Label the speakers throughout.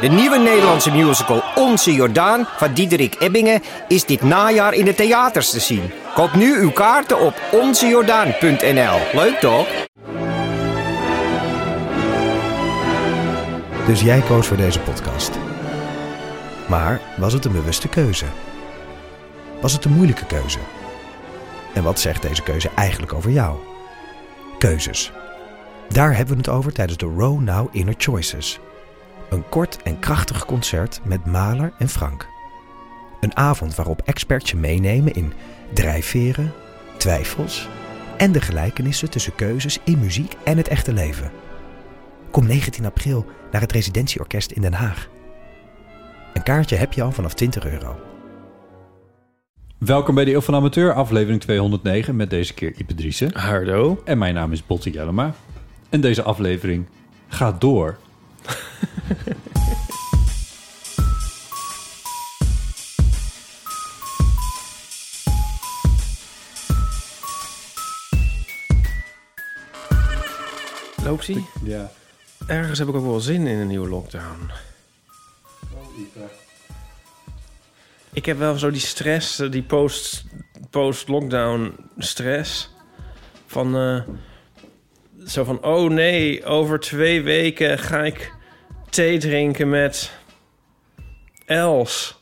Speaker 1: De nieuwe Nederlandse musical Onze Jordaan van Diederik Ebbingen is dit najaar in de theaters te zien. Koop nu uw kaarten op onzejordaan.nl. Leuk toch?
Speaker 2: Dus jij koos voor deze podcast. Maar was het een bewuste keuze? Was het een moeilijke keuze? En wat zegt deze keuze eigenlijk over jou? Keuzes. Daar hebben we het over tijdens de Row Now Inner Choices. Een kort en krachtig concert met Maler en Frank. Een avond waarop experts je meenemen in drijfveren, twijfels en de gelijkenissen tussen keuzes in muziek en het echte leven. Kom 19 april naar het Residentieorkest in Den Haag. Een kaartje heb je al vanaf 20 euro.
Speaker 3: Welkom bij de Eeuw van Amateur, aflevering 209, met deze keer Ipe Driessen.
Speaker 4: Hardo.
Speaker 3: En mijn naam is Botte Jellema. En deze aflevering gaat door.
Speaker 4: Loopsie.
Speaker 3: Ja.
Speaker 4: Ergens heb ik ook wel zin in een nieuwe lockdown. Ik heb wel zo die stress, eh, die post- post-lockdown stress. Van eh, zo van, oh nee, over twee weken ga ik thee drinken met Els.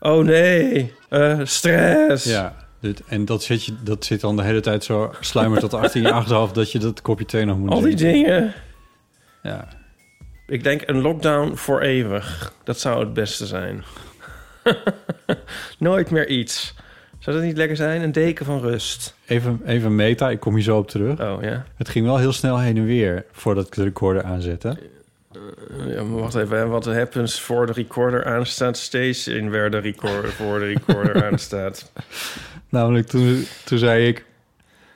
Speaker 4: Oh nee, eh, stress.
Speaker 3: Ja. Dit, en dat zit, je, dat zit dan de hele tijd zo sluimerd tot achter in je achterhoofd dat je dat kopje thee nog moet
Speaker 4: Al die
Speaker 3: drinken.
Speaker 4: dingen.
Speaker 3: Ja.
Speaker 4: Ik denk een lockdown voor eeuwig. Dat zou het beste zijn. Nooit meer iets. Zou dat niet lekker zijn? Een deken van rust.
Speaker 3: Even, even meta, ik kom hier zo op terug.
Speaker 4: Oh ja.
Speaker 3: Het ging wel heel snel heen en weer voordat ik de recorder aanzette.
Speaker 4: Eh, ja, maar wacht even. hè. Wat happens voor de recorder aanstaat, steeds in waar de recorder voor de recorder aanstaat.
Speaker 3: Namelijk toen, toen zei ik...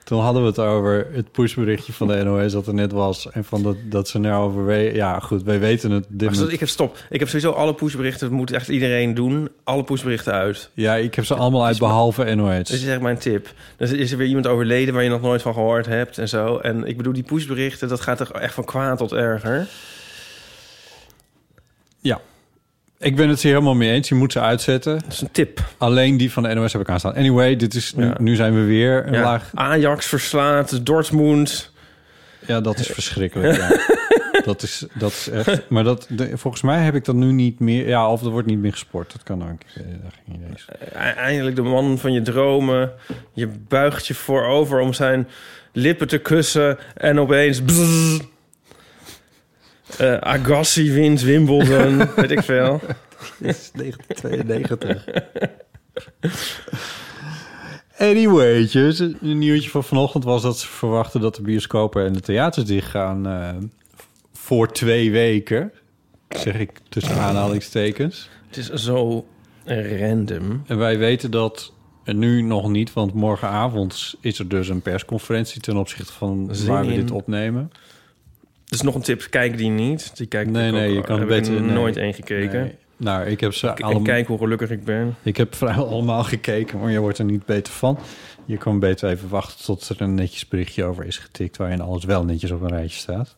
Speaker 3: Toen hadden we het over het pushberichtje van de NOS dat er net was. En van dat, dat ze nou overwegen... Ja, goed, wij weten het. Dit
Speaker 4: Maar zo-
Speaker 3: moment-
Speaker 4: ik heb stop. Ik heb sowieso alle pushberichten. Dat moet echt iedereen doen. Alle pushberichten uit.
Speaker 3: Ja, ik heb ze allemaal uit behalve NOS.
Speaker 4: Dat is echt mijn tip. Dus is er weer iemand overleden waar je nog nooit van gehoord hebt en zo. En ik bedoel, die pushberichten, dat gaat toch echt van kwaad tot erger.
Speaker 3: Ja. Ik ben het hier helemaal mee eens. Je moet ze uitzetten.
Speaker 4: Dat is een tip.
Speaker 3: Alleen die van de NOS heb ik aanstaan. Anyway, dit is nu,
Speaker 4: Ja.
Speaker 3: nu zijn we weer een
Speaker 4: Ja,
Speaker 3: laag.
Speaker 4: Ajax verslaat, Dortmund.
Speaker 3: Ja, dat is verschrikkelijk. ja. Dat, is, dat is echt. Maar dat, de- volgens mij heb ik dat nu niet meer. Ja, of er wordt niet meer gesport. Dat kan ook. Eh, Dat ging niet eens.
Speaker 4: E- Eindelijk de man van je dromen. Je buigt je voorover om zijn lippen te kussen. En opeens... bzzz. Eh, Agassi wint Wimbledon, weet ik veel.
Speaker 3: Dit is 1992. Anyway, dus een nieuwtje van vanochtend was dat ze verwachten dat de bioscopen en de theaters dicht gaan eh, voor twee weken. Zeg ik tussen aanhalingstekens.
Speaker 4: Het is zo random.
Speaker 3: En wij weten dat en nu nog niet, want morgenavond is er dus een persconferentie ten opzichte van
Speaker 4: Zin
Speaker 3: waar we
Speaker 4: in.
Speaker 3: dit opnemen.
Speaker 4: Dus nog een tip, kijk die niet. Die kijk
Speaker 3: Nee,
Speaker 4: ik ook
Speaker 3: nee, je
Speaker 4: al-
Speaker 3: kan
Speaker 4: heb
Speaker 3: beter-
Speaker 4: Ik
Speaker 3: nee.
Speaker 4: nooit één gekeken.
Speaker 3: Nee. Nou, ik heb ze
Speaker 4: K-
Speaker 3: allemaal.
Speaker 4: En kijk hoe gelukkig ik ben.
Speaker 3: Ik heb vrijwel allemaal gekeken, maar je wordt er niet beter van. Je kan beter even wachten tot er een netjes berichtje over is getikt... waarin alles wel netjes op een rijtje staat.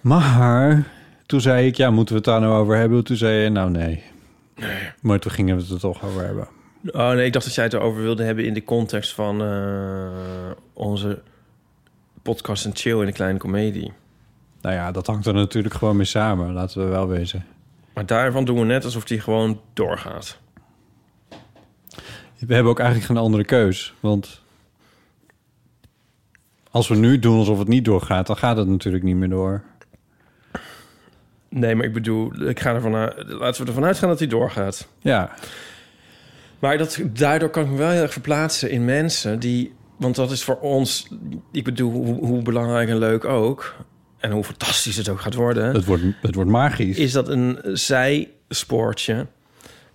Speaker 3: Maar toen zei ik, ja, moeten we het daar nou over hebben? Toen zei je, nou nee. Maar toen gingen we het er toch over hebben.
Speaker 4: Oh nee, ik dacht dat jij het erover wilde hebben in de context van eh, onze podcast en chill in de kleine komedie.
Speaker 3: Nou ja, dat hangt er natuurlijk gewoon mee samen, laten we wel wezen.
Speaker 4: Maar daarvan doen we net alsof die gewoon doorgaat.
Speaker 3: We hebben ook eigenlijk geen andere keus, want... als we nu doen alsof het niet doorgaat, dan gaat het natuurlijk niet meer door.
Speaker 4: Nee, maar ik bedoel, ik ga ervan uit, laten we ervan uitgaan dat die doorgaat.
Speaker 3: Ja,
Speaker 4: Maar dat, daardoor kan ik me wel heel erg verplaatsen in mensen die... Want dat is voor ons, ik bedoel, hoe, hoe belangrijk en leuk ook... en hoe fantastisch het ook gaat worden...
Speaker 3: het wordt, het wordt magisch.
Speaker 4: is dat een zijspoortje.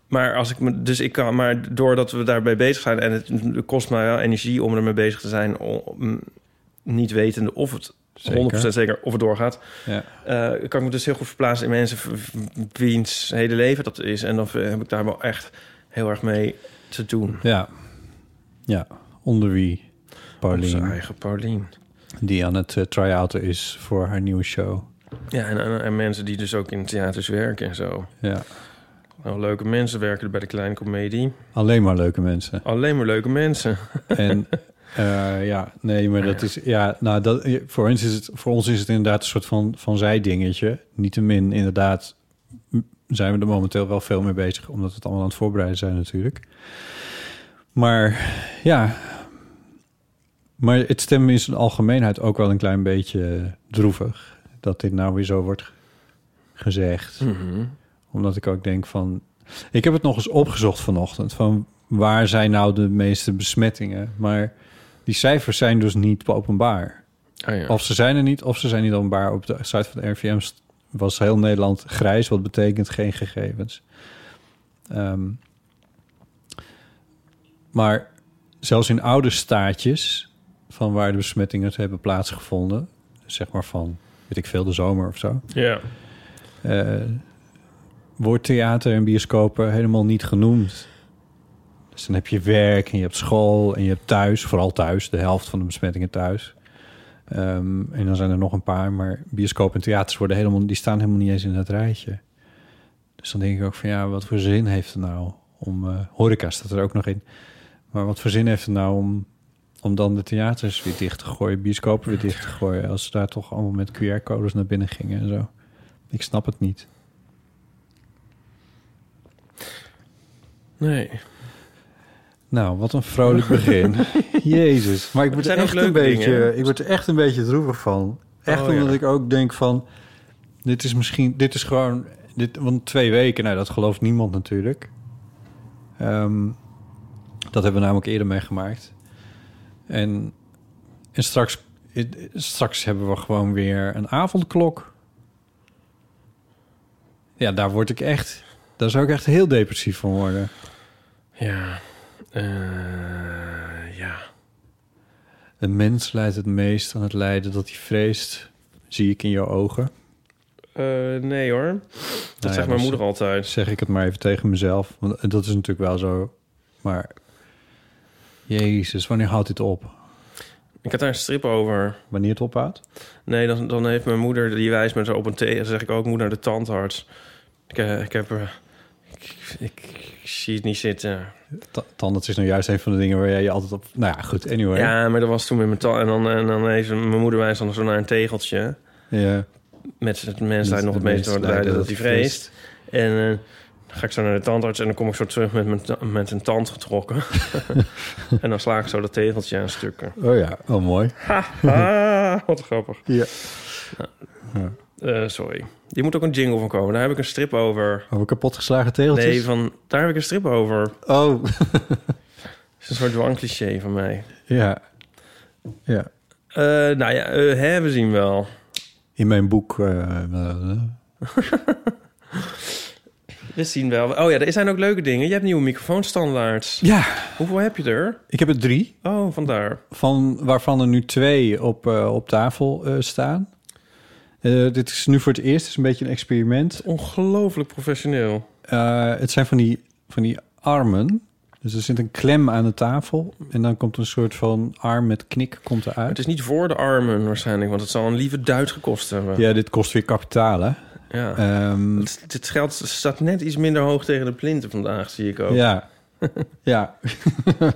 Speaker 4: Maar als ik me, dus ik kan, maar doordat we daarbij bezig zijn en het, kost mij wel energie om ermee bezig te zijn, om, niet wetende of het
Speaker 3: Zeker.
Speaker 4: 100% zeker of het doorgaat,
Speaker 3: Ja.
Speaker 4: eh, kan ik me dus heel goed verplaatsen in mensen v- v- wiens hele leven dat is. En dan heb ik daar wel echt heel erg mee te doen.
Speaker 3: Ja. Ja, onder wie
Speaker 4: Onze
Speaker 3: Pauline,
Speaker 4: eigen Paulien.
Speaker 3: die aan het eh, try-outen is voor haar nieuwe show.
Speaker 4: Ja, en, en, en mensen die dus ook in theaters werken en zo.
Speaker 3: Ja.
Speaker 4: Nou, leuke mensen werken er bij de kleine comedie.
Speaker 3: Alleen maar leuke mensen.
Speaker 4: Alleen maar leuke mensen.
Speaker 3: En eh, ja, nee, maar dat is... Ja, nou, dat, voor, ons is het, voor ons is het inderdaad een soort van, van zijdingetje. Niettemin, inderdaad, m- zijn we er momenteel wel veel mee bezig... omdat we het allemaal aan het voorbereiden zijn natuurlijk. Maar ja... Maar het stemt me in zijn algemeenheid ook wel een klein beetje droevig... dat dit nou weer zo wordt gezegd. Omdat ik ook denk van... Ik heb het nog eens opgezocht vanochtend. Van waar zijn nou de meeste besmettingen? Maar die cijfers zijn dus niet openbaar.
Speaker 4: Ah, ja.
Speaker 3: Of ze zijn er niet, of ze zijn niet openbaar. Op de site van de RVM st- was heel Nederland grijs, wat betekent geen gegevens. Ehm, maar zelfs in oude staatjes, van waar de besmettingen hebben plaatsgevonden, zeg maar van, weet ik veel, de zomer of zo,
Speaker 4: ja.
Speaker 3: eh, wordt theater en bioscopen helemaal niet genoemd. Dus dan heb je werk en je hebt school en je hebt thuis, vooral thuis, de helft van de besmettingen thuis. Ehm, en dan zijn er nog een paar, maar bioscoop en theaters worden helemaal, die staan helemaal niet eens in dat rijtje. Dus dan denk ik ook van ja, wat voor zin heeft het nou om eh, horeca staat er ook nog in, maar wat voor zin heeft het nou om om dan de theaters weer dicht te gooien, bioscopen weer dicht te gooien, als ze daar toch allemaal met QR-codes naar binnen gingen en zo. Ik snap het niet.
Speaker 4: Nee.
Speaker 3: Nou, wat een vrolijk begin. Jezus. Maar ik word,
Speaker 4: zijn
Speaker 3: er
Speaker 4: ook
Speaker 3: echt een
Speaker 4: leuke dingen,
Speaker 3: beetje,
Speaker 4: hè?
Speaker 3: ik word er echt een beetje droevig van. Echt
Speaker 4: Oh,
Speaker 3: omdat
Speaker 4: ja.
Speaker 3: ik ook denk van... Dit is misschien... Dit is gewoon... Dit, want twee weken, nou, dat gelooft niemand natuurlijk. Ehm, dat hebben we namelijk eerder meegemaakt. En, en straks, straks hebben we gewoon weer een avondklok. Ja, daar word ik echt... Daar zou ik echt heel depressief van worden.
Speaker 4: Ja. Eh, ja.
Speaker 3: Een mens leidt het meest aan het lijden dat hij vreest, zie ik in jouw ogen.
Speaker 4: Eh, nee hoor. Dat
Speaker 3: ja,
Speaker 4: zegt
Speaker 3: dus-
Speaker 4: mijn moeder altijd.
Speaker 3: Zeg ik het maar even tegen mezelf, want dat is natuurlijk wel zo. Maar Jezus, wanneer houdt dit op?
Speaker 4: Ik had daar een strip over.
Speaker 3: Wanneer het ophoudt?
Speaker 4: Nee, dan, dan heeft mijn moeder, die wijst me zo op een thee. Dan zeg ik ook, moet naar de tandarts. Ik, eh, ik heb... er- ik, ik, ik zie het niet zitten.
Speaker 3: Ta- Tandarts is nou juist een van de dingen waar jij je altijd op... Nou ja, goed, anyway.
Speaker 4: Oh, Ja, maar dat was toen met mijn tand. En dan, en dan heeft mijn moeder wijst dan zo naar een tegeltje.
Speaker 3: Ja.
Speaker 4: Met het mensheid nog het
Speaker 3: De
Speaker 4: meest door
Speaker 3: mens
Speaker 4: het
Speaker 3: lijdt
Speaker 4: lijden
Speaker 3: aan
Speaker 4: dat hij vreest. En eh, dan ga ik zo naar de tandarts en dan kom ik zo terug met, mijn ta- met een tand getrokken. en dan sla ik zo dat tegeltje aan stukken.
Speaker 3: Oh ja, oh mooi.
Speaker 4: Ah, wat grappig.
Speaker 3: Ja.
Speaker 4: Eh, sorry. Die moet ook een jingle van komen. Daar heb ik een strip over.
Speaker 3: Over kapotgeslagen tegeltjes?
Speaker 4: Nee, van, daar heb ik een strip over. Het
Speaker 3: Oh,
Speaker 4: is een soort dwangcliché van mij.
Speaker 3: ja. Ja.
Speaker 4: Eh, nou ja, eh, hè, we zien wel.
Speaker 3: In mijn boek... eh, eh,
Speaker 4: We zien wel. Oh ja, er zijn ook leuke dingen. Je hebt nieuwe microfoonstandaards.
Speaker 3: ja,
Speaker 4: Hoeveel heb je er?
Speaker 3: ik heb er drie.
Speaker 4: Oh, vandaar.
Speaker 3: van, waarvan er nu twee op, eh, op tafel eh, staan. Eh, dit is nu voor het eerst, het is een beetje een experiment.
Speaker 4: Ongelooflijk professioneel.
Speaker 3: Eh, het zijn van die, van die armen. Dus er zit een klem aan de tafel. En dan komt een soort van arm met knik komt
Speaker 4: Het
Speaker 3: eruit.
Speaker 4: is niet voor de armen waarschijnlijk, want het zal een lieve duit gekost hebben.
Speaker 3: Ja, dit kost weer kapitaal, hè?
Speaker 4: Ja.
Speaker 3: Ehm,
Speaker 4: het, het geld staat net iets minder hoog tegen de plinten vandaag, zie ik ook.
Speaker 3: Ja. ja.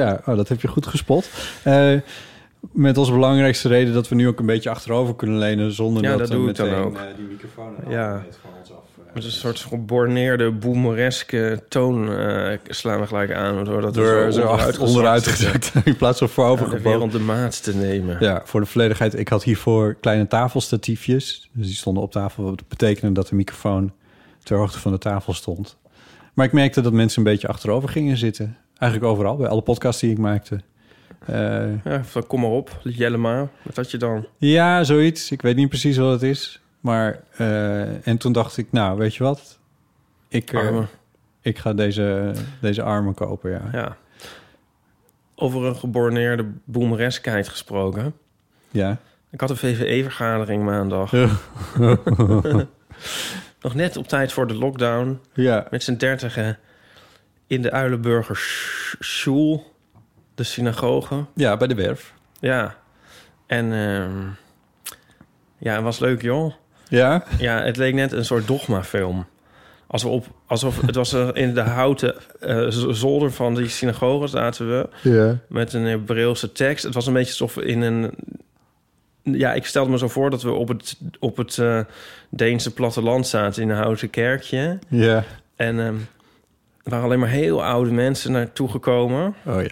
Speaker 3: ja, oh, dat heb je goed gespot. Eh, met als belangrijkste reden dat we nu ook een beetje achterover kunnen lenen... zonder
Speaker 4: Ja,
Speaker 3: dat,
Speaker 4: dat
Speaker 3: we
Speaker 4: doe ik
Speaker 3: meteen
Speaker 4: dan ook.
Speaker 3: eh, die microfoon en
Speaker 4: Ja.
Speaker 3: alles van ons af... eh,
Speaker 4: Met een soort geborneerde, boemereske toon eh, slaan we gelijk aan. Doordat we
Speaker 3: door zo
Speaker 4: onderuit
Speaker 3: achter-
Speaker 4: gezakt
Speaker 3: onderuit
Speaker 4: zitten.
Speaker 3: gezakt in plaats van
Speaker 4: Ja,
Speaker 3: voorover
Speaker 4: de
Speaker 3: gebogen.
Speaker 4: wereld de maat te nemen.
Speaker 3: Ja, voor de volledigheid. Ik had hiervoor kleine tafelstatiefjes. Dus die stonden op tafel. Wat betekende dat de microfoon ter hoogte van de tafel stond. Maar ik merkte dat mensen een beetje achterover gingen zitten. Eigenlijk overal, bij alle podcasts die ik maakte. Eh,
Speaker 4: Ja, van kom maar op, Jellema. Wat had je dan?
Speaker 3: ja, zoiets. Ik weet niet precies wat het is. Maar, eh, en toen dacht ik, nou, weet je wat? Ik, eh,
Speaker 4: Armen.
Speaker 3: ik ga deze, deze armen kopen, ja.
Speaker 4: Ja. Over een geborneerde boemereskheid gesproken.
Speaker 3: Ja.
Speaker 4: Ik had een VVE-vergadering maandag. Nog net op tijd voor de lockdown.
Speaker 3: ja.
Speaker 4: met z'n dertigen in de Uilenburger Sch- Sjoel, de synagoge.
Speaker 3: Ja, bij de werf.
Speaker 4: Ja. En ehm, Ja, het was leuk, joh.
Speaker 3: Ja?
Speaker 4: Ja, het leek net een soort dogmafilm. Alsof, op, alsof het was eh, in de houten eh, z- zolder van die synagoge zaten we.
Speaker 3: Ja.
Speaker 4: Met een Hebreeuwse tekst. Het was een beetje alsof we in een... Ja, ik stelde me zo voor dat we op het, op het eh, Deense platteland zaten... in een houten kerkje.
Speaker 3: Ja.
Speaker 4: En ehm, er waren alleen maar heel oude mensen naartoe gekomen.
Speaker 3: Oh ja.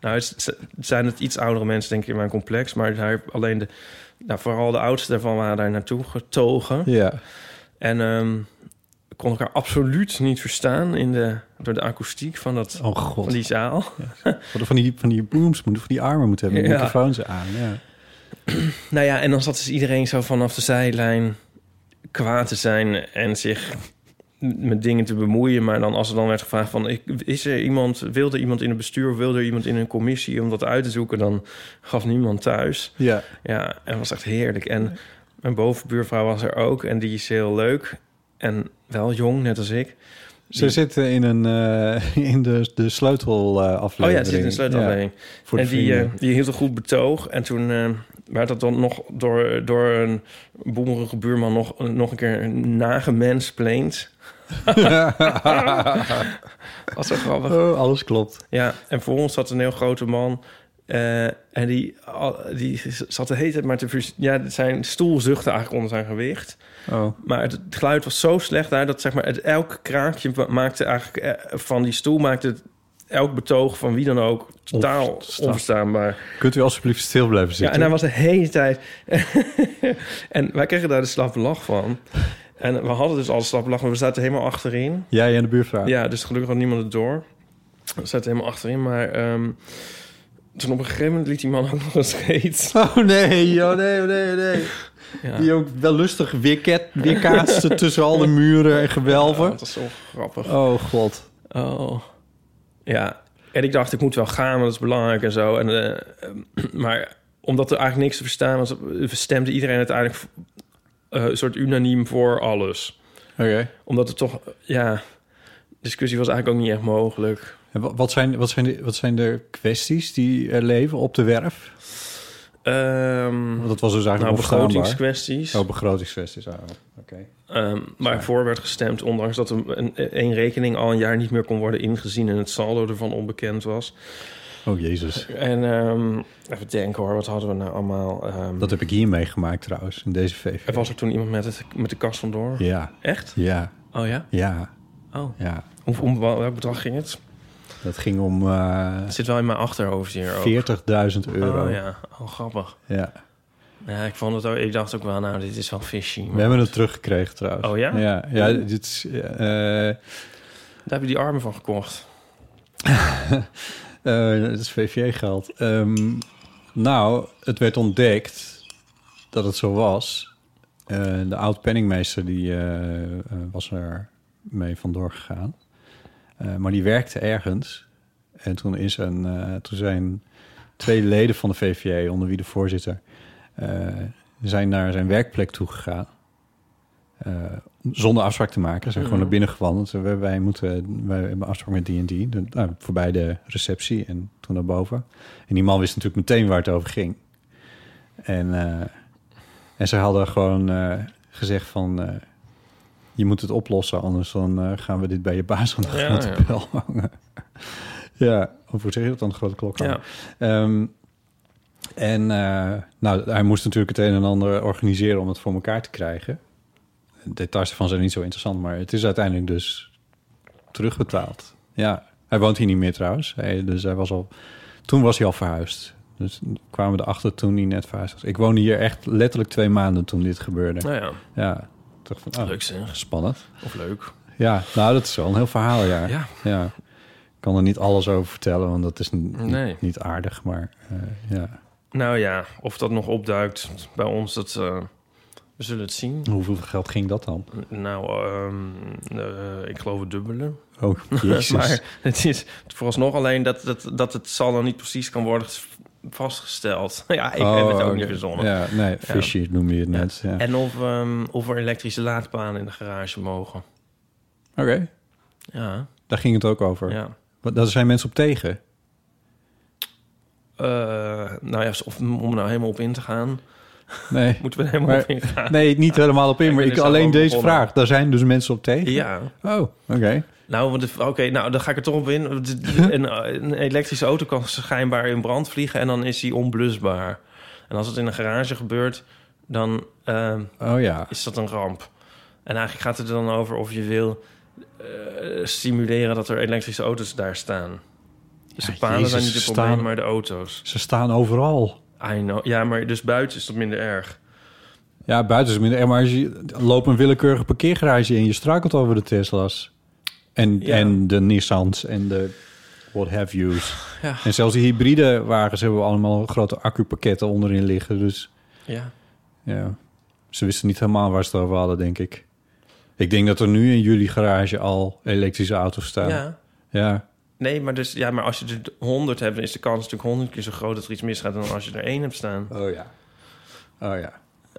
Speaker 4: Nou, het z- zijn het iets oudere mensen, denk ik, in mijn complex. Maar daar alleen de... Nou, vooral de oudsten daarvan waren daar naartoe getogen.
Speaker 3: Ja.
Speaker 4: En ehm ik kon elkaar absoluut niet verstaan in de, door de akoestiek van, dat,
Speaker 3: Oh
Speaker 4: van
Speaker 3: god.
Speaker 4: die zaal.
Speaker 3: We hadden van die, van die booms moeten, van die armen moeten hebben, die
Speaker 4: Ja.
Speaker 3: microfoons aan. Ja.
Speaker 4: Nou ja, en dan zat dus iedereen zo vanaf de zijlijn kwaad te zijn en zich met dingen te bemoeien. Maar dan als er dan werd gevraagd van, ik- is er iemand, wilde iemand in het bestuur of wilde er iemand in een commissie om dat uit te zoeken, dan gaf niemand thuis.
Speaker 3: ja.
Speaker 4: Ja, en het was echt heerlijk. En mijn bovenbuurvrouw was er ook en die is heel leuk en wel jong, net als ik.
Speaker 3: Ze zitten in, een, eh, in de, de sleutelaflevering.
Speaker 4: Oh ja, het zit in de sleutelaflevering.
Speaker 3: Ja, voor de
Speaker 4: en die,
Speaker 3: vrienden.
Speaker 4: eh, die hield een goed betoog. En toen eh, werd dat dan nog door, door een boemerige buurman nog, nog een keer nagemensplaint. Was zo grappig.
Speaker 3: Oh, alles klopt.
Speaker 4: Ja, en voor ons zat een heel grote man. eh, en die, al- die zat de hele tijd maar te... vers- Ja, zijn stoel zuchtte eigenlijk onder zijn gewicht.
Speaker 3: Oh.
Speaker 4: Maar het, het geluid was zo slecht daar... dat zeg maar, het, elk kraakje ma- maakte eigenlijk... eh, van die stoel maakte het, elk betoog van wie dan ook... totaal
Speaker 3: Onversta-
Speaker 4: onverstaanbaar.
Speaker 3: Kunt u alsjeblieft stil blijven
Speaker 4: Ja, en
Speaker 3: zitten?
Speaker 4: hij was de hele tijd... en wij kregen daar de slappe lach van. En we hadden dus al de slappe lach, maar we zaten helemaal achterin.
Speaker 3: Jij en de buurvrouw.
Speaker 4: Ja, dus gelukkig had niemand het door. We zaten helemaal achterin, maar... ehm, toen op een gegeven moment liet die man ook nog een scheet.
Speaker 3: Oh nee, oh nee, oh nee, oh nee.
Speaker 4: Ja.
Speaker 3: Die ook wel lustig weerket, weerkaatste tussen al de muren en
Speaker 4: Oh,
Speaker 3: gewelven.
Speaker 4: dat is zo grappig.
Speaker 3: Oh god.
Speaker 4: Oh. Ja. En ik dacht, ik moet wel gaan, want dat is belangrijk en zo. En, eh, maar omdat er eigenlijk niks te verstaan was... stemde iedereen uiteindelijk eh, een soort unaniem voor alles.
Speaker 3: Oké.
Speaker 4: Omdat het toch, ja, discussie was eigenlijk ook niet echt mogelijk.
Speaker 3: En wa- wat zijn, wat, zijn de, wat zijn de kwesties die er leven op de werf?
Speaker 4: Ehm
Speaker 3: Want dat was dus
Speaker 4: nou,
Speaker 3: eigenlijk onverstaanbaar.
Speaker 4: begrotingskwesties.
Speaker 3: Oh, begrotingskwesties. Oh, oké.
Speaker 4: Ehm, waarvoor werd gestemd, ondanks dat een, een, een rekening al een jaar niet meer kon worden ingezien en het saldo ervan onbekend was.
Speaker 3: Oh jezus.
Speaker 4: En ehm, even denken hoor, wat hadden we nou allemaal? Ehm,
Speaker 3: Dat heb ik hier meegemaakt trouwens, in deze VV.
Speaker 4: Er was er toen iemand met, het, met de kast vandoor.
Speaker 3: Ja,
Speaker 4: Echt?
Speaker 3: ja,
Speaker 4: Oh ja?
Speaker 3: ja,
Speaker 4: Oh.
Speaker 3: ja.
Speaker 4: Om, om wel- welk bedrag ging het?
Speaker 3: Dat ging om eh,
Speaker 4: Het zit wel in mijn achterhoofd hier ook.
Speaker 3: 40.000 euro.
Speaker 4: Oh
Speaker 3: ja.
Speaker 4: ja, oh, grappig. Ja, ik, vond het ook, ik dacht ook wel, nou, dit is wel fishy. maar-
Speaker 3: We hebben het teruggekregen trouwens.
Speaker 4: Oh, ja?
Speaker 3: Ja, ja dit is... eh, eh,
Speaker 4: Daar heb je die armen van gekocht.
Speaker 3: Eh, dat is VVJ-geld. Ehm, nou, het werd ontdekt dat het zo was. Eh, de oud-penningmeester die, eh, eh, was er mee vandoor gegaan. Eh, maar die werkte ergens. En toen, is een, eh, toen zijn twee leden van de VVJ, onder wie de voorzitter... eh, zijn naar zijn werkplek toegegaan. Eh, zonder afspraak te maken. Ze zijn
Speaker 4: Mhm.
Speaker 3: gewoon naar binnen gewandeld. Ze- Wij, wij, moeten, wij hebben afspraak met die en die. De- nou, voorbij de receptie en toen naar boven. En die man wist natuurlijk meteen waar het over ging. En, eh, en ze hadden gewoon eh, gezegd van... eh, je moet het oplossen, anders dan eh, gaan we dit bij je baas aan de
Speaker 4: Ja,
Speaker 3: grote
Speaker 4: ja.
Speaker 3: bel hangen. ja, of hoe zeg je dat dan? De grote klok hangen.
Speaker 4: Ja.
Speaker 3: Ehm, en eh, nou, hij moest natuurlijk het een en ander organiseren om het voor elkaar te krijgen. Details ervan zijn niet zo interessant, maar het is uiteindelijk dus terugbetaald. Ja, hij woont hier niet meer trouwens. Hij, dus hij was al, toen was hij al verhuisd. Dus kwamen we erachter toen hij net verhuisd was. Ik woonde hier echt letterlijk twee maanden toen dit gebeurde.
Speaker 4: Nou ja,
Speaker 3: Ja, ik dacht van, oh,
Speaker 4: leuk zeg.
Speaker 3: spannend.
Speaker 4: Of leuk.
Speaker 3: Ja, nou, dat is wel een heel verhaal, ja.
Speaker 4: Ja.
Speaker 3: Ja. Ik kan er niet alles over vertellen, want dat is niet,
Speaker 4: Nee.
Speaker 3: niet aardig, maar eh, ja.
Speaker 4: Nou ja, of dat nog opduikt bij ons, dat, eh, we zullen het zien.
Speaker 3: Hoeveel geld ging dat dan?
Speaker 4: Nou, ehm, eh, ik geloof het dubbele.
Speaker 3: Oh, jezus.
Speaker 4: Maar het is vooralsnog alleen dat, dat, dat het zal dan niet precies kan worden v- vastgesteld. ja, ik heb
Speaker 3: Oh,
Speaker 4: het ook
Speaker 3: oké.
Speaker 4: niet verzonnen.
Speaker 3: Ja, nee, fishy noem je het
Speaker 4: Ja.
Speaker 3: net. Ja. Oké.
Speaker 4: En of, ehm, of er elektrische laadpaalen in de garage mogen. Ja,
Speaker 3: Daar ging het ook over.
Speaker 4: ja.
Speaker 3: Wat- Daar zijn mensen op tegen.
Speaker 4: Eh, nou ja, of, om er nou helemaal op in te gaan.
Speaker 3: Nee.
Speaker 4: Moeten we er helemaal
Speaker 3: Maar-
Speaker 4: op ingaan?
Speaker 3: Nee, niet helemaal op in, maar
Speaker 4: Ik
Speaker 3: ik,
Speaker 4: ben er
Speaker 3: alleen
Speaker 4: zelf
Speaker 3: deze
Speaker 4: over begonnen.
Speaker 3: vraag. Daar zijn dus mensen op tegen.
Speaker 4: Ja,
Speaker 3: Oh, oké.
Speaker 4: nou, want de- oké, nou, dan ga ik er toch op in. Een, een elektrische auto kan schijnbaar in brand vliegen en dan is die onblusbaar. En als het in een garage gebeurt, dan ehm,
Speaker 3: Oh ja.
Speaker 4: is dat een ramp. En eigenlijk gaat het er dan over of je wil eh, stimuleren dat er elektrische auto's daar staan. Dus
Speaker 3: Ja,
Speaker 4: de palen zijn
Speaker 3: Jezus,
Speaker 4: niet het
Speaker 3: staan-
Speaker 4: probleem, maar de auto's.
Speaker 3: Ze staan overal.
Speaker 4: I know. Ja, maar dus buiten is dat minder erg.
Speaker 3: Ja, buiten is het minder. erg, Maar als je loopt een willekeurige parkeergarage in, je struikelt over de Tesla's. En,
Speaker 4: Ja.
Speaker 3: en de Nissans en de what have yous.
Speaker 4: Ja.
Speaker 3: En zelfs die hybride wagens hebben allemaal grote accupakketten onderin liggen. Dus
Speaker 4: Ja.
Speaker 3: ja, ze wisten niet helemaal waar ze het over hadden, denk ik. Ik denk dat er nu in jullie garage al elektrische auto's staan.
Speaker 4: ja.
Speaker 3: ja.
Speaker 4: Nee, maar, dus, ja, maar als je er 100 hebt, dan is de kans natuurlijk 100 keer zo groot dat er iets misgaat dan als je er één hebt staan.
Speaker 3: Oh ja. Oh ja.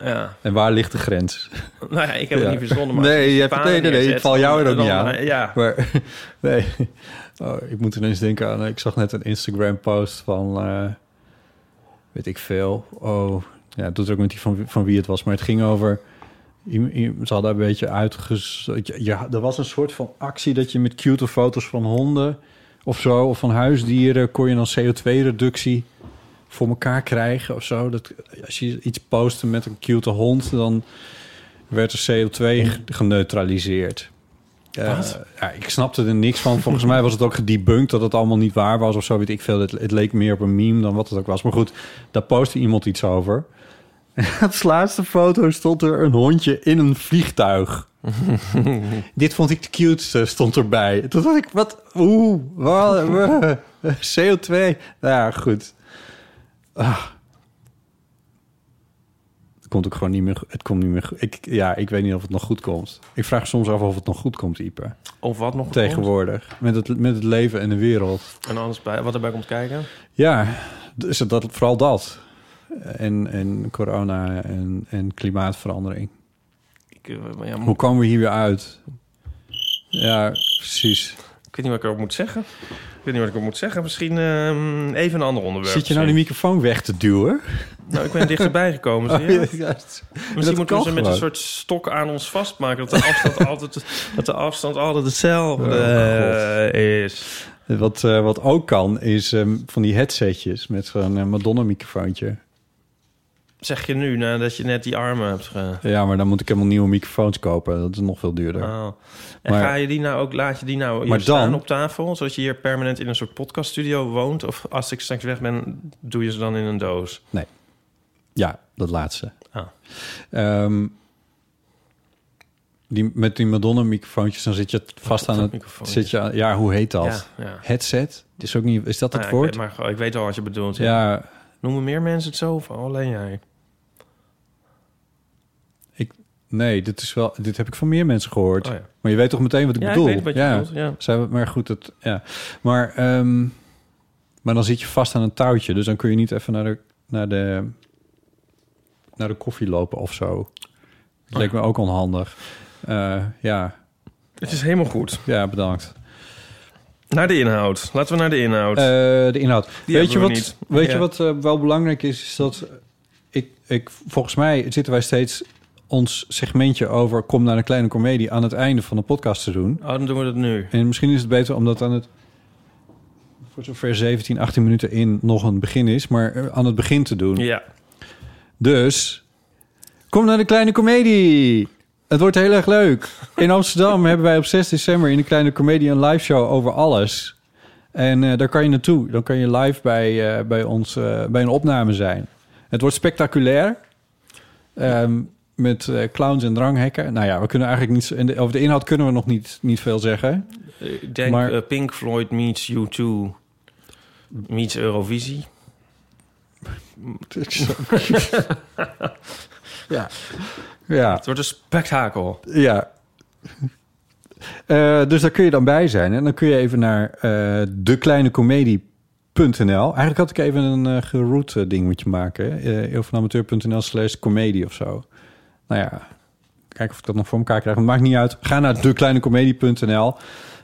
Speaker 4: Ja.
Speaker 3: En waar ligt de grens?
Speaker 4: Nou ja, ik heb
Speaker 3: Ja.
Speaker 4: het niet verzonnen. Maar
Speaker 3: Nee,
Speaker 4: als
Speaker 3: je
Speaker 4: die
Speaker 3: hebt-
Speaker 4: palen
Speaker 3: nee, nee, nee,
Speaker 4: neerzet,
Speaker 3: ik val jou er ook
Speaker 4: dan-
Speaker 3: niet aan.
Speaker 4: eh, Ja.
Speaker 3: Maar nee, oh, ik moet ineens denken aan... eh, Ik zag net een Instagram-post van... eh, weet ik veel. Oh, ja, dat doet ook met die van, van wie het was. Maar het ging over... iem- iem- Ze hadden een beetje uitges... je- je- er was een soort van actie dat je met cute foto's van honden... of zo, of van huisdieren... kon je dan CO2-reductie voor elkaar krijgen of zo. Dat, als je iets postte met een cute hond... dan werd er CO2 ge- geneutraliseerd. Eh,
Speaker 4: Wat?
Speaker 3: ja, ik snapte er niks van. Volgens mij was het ook gedebunked dat het allemaal niet waar was of zo. Weet ik veel. Het, het leek meer op een meme dan wat het ook was. Maar goed, daar postte iemand iets over. Het laatste foto stond er een hondje in een vliegtuig. Dit vond ik de cuteste, stond erbij. Toen dacht ik, wat, oeh, wat, eh, CO2. Nou ja, goed. Ah. Het komt ook gewoon niet meer, go- het komt niet meer go- ik, Ja, ik weet niet of het nog goed komt. Ik vraag soms af of het nog goed komt, Ipe.
Speaker 4: Of wat nog?
Speaker 3: Tegenwoordig, met het, met het leven en de wereld.
Speaker 4: komt. En alles bij, wat erbij komt kijken.
Speaker 3: Ja, dus dat, vooral dat. En, en corona en, en klimaatverandering.
Speaker 4: Ik, eh, maar ja,
Speaker 3: Hoe
Speaker 4: moet,
Speaker 3: komen we hier weer uit? Ja, precies.
Speaker 4: ik weet niet wat ik erop moet zeggen. Ik weet niet wat ik erop moet zeggen. Misschien ehm, even een ander onderwerp.
Speaker 3: Zit je nou die
Speaker 4: misschien.
Speaker 3: microfoon weg te duwen?
Speaker 4: Nou, ik ben dichterbij gekomen. zie
Speaker 3: Oh,
Speaker 4: je?
Speaker 3: ja, juist.
Speaker 4: Misschien
Speaker 3: Dat
Speaker 4: moeten we
Speaker 3: kan
Speaker 4: ze met een
Speaker 3: gewoon.
Speaker 4: soort stok aan ons vastmaken. Dat de afstand altijd, dat de afstand altijd hetzelfde
Speaker 3: Oh,
Speaker 4: eh, is.
Speaker 3: Wat, eh, wat ook kan, is ehm, van die headsetjes met zo'n eh, Madonna-microfoontje.
Speaker 4: Zeg je nu nadat je net die armen hebt ge...
Speaker 3: Ja, maar dan moet ik helemaal nieuwe microfoons kopen. Dat is nog veel duurder.
Speaker 4: Oh. En
Speaker 3: Maar-
Speaker 4: ga je die nou ook, laat je die nou hier
Speaker 3: Maar
Speaker 4: staan
Speaker 3: dan-
Speaker 4: op tafel? Zodat je hier permanent in een soort podcaststudio woont? Of als ik straks weg ben, doe je ze dan in een doos?
Speaker 3: Ja, dat laatste.
Speaker 4: Ah.
Speaker 3: Ehm, die, met die Madonna-microfoontjes, dan zit je vast
Speaker 4: Wat
Speaker 3: aan
Speaker 4: voor
Speaker 3: het...
Speaker 4: microfoontjes?
Speaker 3: Zit je aan- ja, hoe heet dat?
Speaker 4: Ja, ja.
Speaker 3: Headset? Het Is, ook niet, is dat
Speaker 4: Ah,
Speaker 3: het
Speaker 4: ik
Speaker 3: woord?
Speaker 4: weet maar gewoon- ik weet al wat je bedoelt. ja.
Speaker 3: ja,
Speaker 4: Noemen meer mensen het zo of alleen jij?
Speaker 3: ik, nee, dit, is wel, dit heb ik van meer mensen gehoord.
Speaker 4: Oh, ja.
Speaker 3: Maar je weet toch meteen wat ik
Speaker 4: Ja, ik
Speaker 3: bedoel?
Speaker 4: weet wat je
Speaker 3: ja.
Speaker 4: bedoelt, ja.
Speaker 3: Zijn we, maar goed, het, ja. Maar, ehm, maar dan zit je vast aan een touwtje. Dus dan kun je niet even naar de, naar de, naar de koffie lopen of zo.
Speaker 4: Oh
Speaker 3: Dat leek me ook onhandig. Eh, ja,
Speaker 4: Het is helemaal goed.
Speaker 3: ja, bedankt.
Speaker 4: Naar de inhoud. Laten we naar de inhoud.
Speaker 3: Eh, de inhoud. weet je
Speaker 4: hebben we
Speaker 3: wat,
Speaker 4: niet.
Speaker 3: Weet
Speaker 4: Ja.
Speaker 3: je wat eh, wel belangrijk is? Is dat ik, ik, volgens mij zitten wij steeds ons segmentje over kom naar een kleine komedie aan het einde van de podcast te doen.
Speaker 4: oh, dan doen we dat nu.
Speaker 3: En misschien is het beter omdat aan het voor zover 17, 18 minuten in nog een begin is, maar eh, aan het begin te doen.
Speaker 4: Ja.
Speaker 3: Dus kom naar de kleine komedie. Het wordt heel erg leuk. In Amsterdam hebben wij op 6 december in de kleine komedie een live show over alles. En eh, daar kan je naartoe. Dan kan je live bij, eh, bij ons eh, bij een opname zijn. Het wordt spectaculair. Ehm, met eh, clowns en dranghekken. Nou ja, we kunnen eigenlijk niet. zo- en de- Over de inhoud kunnen we nog niet, niet veel zeggen.
Speaker 4: Ik denk
Speaker 3: Maar-
Speaker 4: eh, Pink Floyd meets U2 meets Eurovisie.
Speaker 3: ja. ja.
Speaker 4: Het wordt een spektakel.
Speaker 3: Ja. Eh, dus daar kun je dan bij zijn. En dan kun je even naar eh dekleinecomedie.nl. Eigenlijk had ik even een eh geroute ding moeten maken. Eh eeuwvanamateur.nl slash comedie of zo. Nou ja, kijken of ik dat nog voor elkaar krijg. Maar maakt niet uit. Ga naar dekleinecomedie.nl.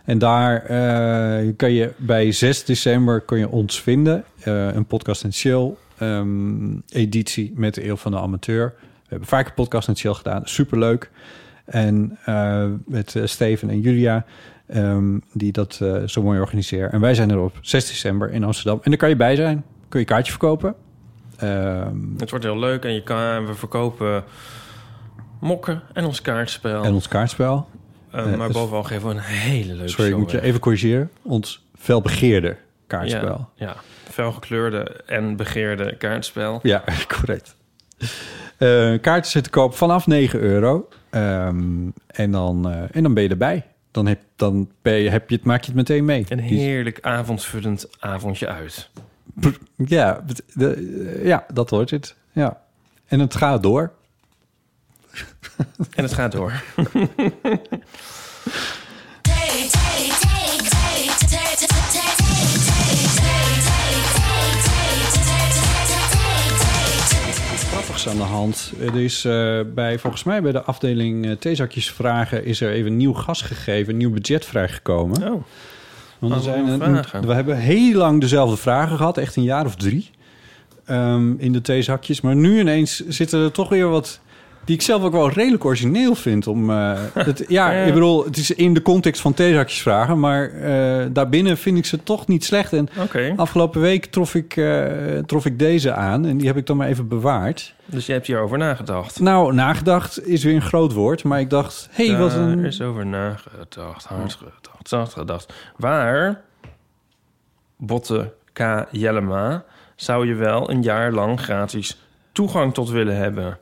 Speaker 3: En daar eh, kan je bij 6 december kun je ons vinden. Eh, een podcast en chill ehm, editie met de Eeuw van de Amateur. We hebben vaak een podcast met Shell gedaan. Superleuk. En eh, met eh, Steven en Julia, ehm, die dat eh, zo mooi organiseren. En wij zijn er op 6 december in Amsterdam. En daar kan je bij zijn. Kun je kaartje verkopen. Ehm,
Speaker 4: Het wordt heel leuk en je kan, we verkopen mokken en ons kaartspel.
Speaker 3: en ons kaartspel.
Speaker 4: Eh,
Speaker 3: eh,
Speaker 4: maar
Speaker 3: dus-
Speaker 4: bovenal geven we een hele leuke
Speaker 3: Sorry, ik
Speaker 4: show
Speaker 3: moet je
Speaker 4: weg.
Speaker 3: even corrigeren. Ons felbegeerde kaartspel.
Speaker 4: Ja, ja, felgekleurde en begeerde kaartspel.
Speaker 3: Ja, correct. Eh, kaarten zitten te koop vanaf 9 euro. Ehm, en, dan, eh, en dan ben je erbij. Dan, heb, dan ben je, heb je het, maak je het meteen mee.
Speaker 4: Een
Speaker 3: Die-
Speaker 4: heerlijk avondvullend avondje uit.
Speaker 3: ja, het- de- eh, ja, dat hoort het. Ja. En het gaat door.
Speaker 4: En het gaat door.
Speaker 3: Grappigs aan de hand. Er is eh, bij, volgens mij bij de afdeling eh, theezakjes vragen... is er even nieuw gas gegeven, nieuw budget vrijgekomen.
Speaker 4: Oh,
Speaker 3: Want er
Speaker 4: Allemaal
Speaker 3: zijn,
Speaker 4: vragen.
Speaker 3: we hebben heel lang dezelfde vragen gehad, echt een jaar of drie ehm, in de theezakjes. Maar nu ineens zitten er toch weer wat die ik zelf ook wel redelijk origineel vind. Om, eh, het, ja,
Speaker 4: Ja.
Speaker 3: ik bedoel, het is in de context van theezakjes vragen, maar eh, daarbinnen vind ik ze toch niet slecht. En
Speaker 4: oké.
Speaker 3: afgelopen week trof ik, eh, trof ik deze aan en die heb ik dan maar even bewaard.
Speaker 4: Dus je hebt hierover nagedacht.
Speaker 3: Nou, nagedacht is weer een groot woord, maar ik dacht, hé, hey, wat
Speaker 4: Daar
Speaker 3: een...
Speaker 4: is over nagedacht, hard gedacht, zacht gedacht. Waar, Botte K. Jellema, zou je wel een jaar lang gratis toegang tot willen hebben?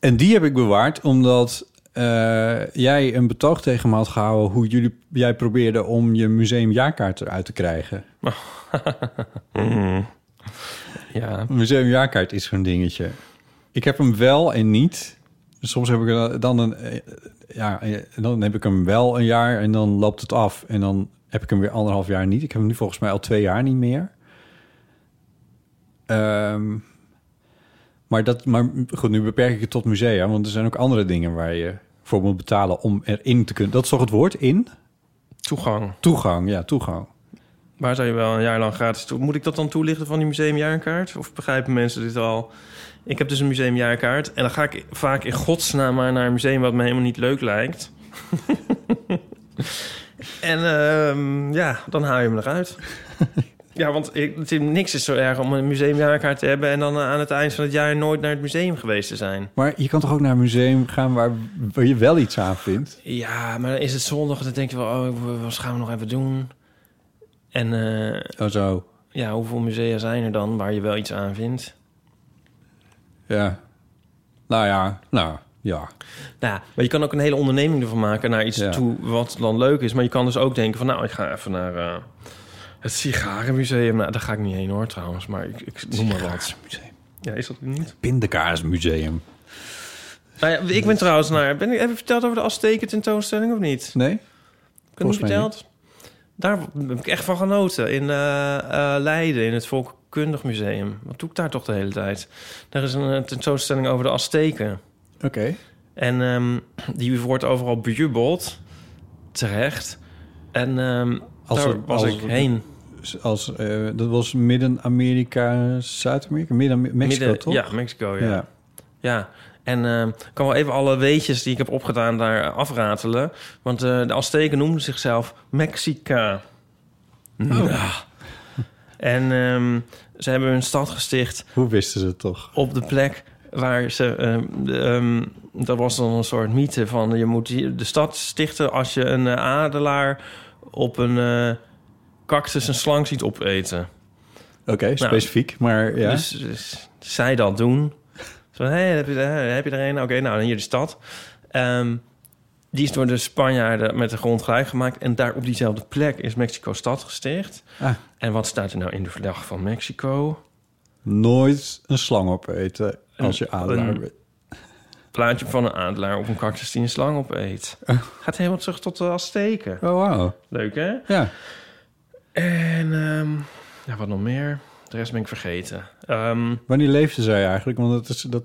Speaker 3: En die heb ik bewaard omdat eh, jij een betoog tegen me had gehouden hoe jullie, jij probeerde om je museumjaarkaart eruit te krijgen.
Speaker 4: Ja,
Speaker 3: Een museumjaarkaart is zo'n dingetje. Ik heb hem wel en niet. Soms heb ik er dan een, eh, ja, eh, dan heb ik hem wel een jaar en dan loopt het af. En dan heb ik hem weer anderhalf jaar niet. Ik heb hem nu volgens mij al twee jaar niet meer. Ehm, maar, dat, maar goed, nu beperk ik het tot musea. Want er zijn ook andere dingen waar je voor moet betalen om erin te kunnen. Dat is toch het woord? In?
Speaker 4: toegang.
Speaker 3: Toegang, ja, toegang.
Speaker 4: Waar zou je wel een jaar lang gratis toe... Moet ik dat dan toelichten van die museumjaarkaart? Of begrijpen mensen dit al? Ik heb dus een museumjaarkaart. En dan ga ik vaak in godsnaam maar naar een museum... wat me helemaal niet leuk lijkt. en ehm, ja, dan haal je hem eruit. ja, want ik, het, is- niks is zo erg om een museumjaarkaart te hebben... en dan eh, aan het eind van het jaar nooit naar het museum geweest te zijn.
Speaker 3: Maar je kan toch ook naar een museum gaan waar, waar je wel iets aan vindt?
Speaker 4: Ja, maar dan is het zondag en dan denk je wel... oh, wat gaan we nog even doen? En... eh,
Speaker 3: Oh zo,
Speaker 4: Ja, hoeveel musea zijn er dan waar je wel iets aan vindt?
Speaker 3: ja. Nou ja, nou ja.
Speaker 4: Nou, maar je kan ook een hele onderneming ervan maken naar iets
Speaker 3: Ja.
Speaker 4: toe wat dan leuk is. Maar je kan dus ook denken van, nou, ik ga even naar eh, het sigarenmuseum. Nou, daar ga ik niet heen hoor, trouwens. Maar ik, ik noem maar wat. Ja, is dat niet?
Speaker 3: Pindakaasmuseum.
Speaker 4: Nou ja, ik ben trouwens naar... Ben ik, heb ik verteld over de Azteken tentoonstelling of niet?
Speaker 3: Nee?
Speaker 4: Ik heb het niet
Speaker 3: Volgens mij
Speaker 4: verteld. Daar heb ik echt van genoten. In eh, eh, Leiden, in het Volkkundig Museum. Wat doe ik daar toch de hele tijd? Daar is een eh, tentoonstelling over de Azteken.
Speaker 3: Oké.
Speaker 4: En ehm, die wordt overal bejubeld. Terecht. En ehm
Speaker 3: Als
Speaker 4: daar
Speaker 3: het-
Speaker 4: was
Speaker 3: als
Speaker 4: ik
Speaker 3: het-
Speaker 4: heen.
Speaker 3: Als, eh, dat was Midden-Amerika, Zuid-Amerika? Midden-Mexico,
Speaker 4: Midden-
Speaker 3: toch?
Speaker 4: Ja, Mexico, ja.
Speaker 3: Ja.
Speaker 4: ja. En ehm, ik kan wel even alle weetjes die ik heb opgedaan daar afratelen. Want eh, de Azteken noemden zichzelf Mexica.
Speaker 3: Oh.
Speaker 4: Ja. En ehm, ze hebben hun stad gesticht
Speaker 3: Hoe wisten ze het toch?
Speaker 4: op de plek waar ze... ehm, de, ehm, dat was dan een soort mythe van... je moet hier de stad stichten als je een eh, adelaar op een eh, cactus een slang ziet opeten.
Speaker 3: Oké, Nou, specifiek, maar ja.
Speaker 4: Dus, dus zij dat doen. Zo, hé, heb, je, er- heb je er een? Oké, nou, dan hier de stad. Ehm, die is door de Spanjaarden met de grond gelijk gemaakt. En daar op diezelfde plek is Mexico-stad gesticht.
Speaker 3: Ah.
Speaker 4: En wat staat er nou in de verdrag van Mexico?
Speaker 3: Nooit een slang opeten als je
Speaker 4: Een-
Speaker 3: adelaar
Speaker 4: een-
Speaker 3: bent.
Speaker 4: plaatje van een adelaar op een cactus die een slang opeet. Gaat helemaal terug tot de Azteken.
Speaker 3: Oh, wauw.
Speaker 4: Leuk, hè?
Speaker 3: Ja.
Speaker 4: En ehm, ja, wat nog meer? De rest ben ik vergeten. Ehm,
Speaker 3: Wanneer leefde zij eigenlijk? Want dat is, dat,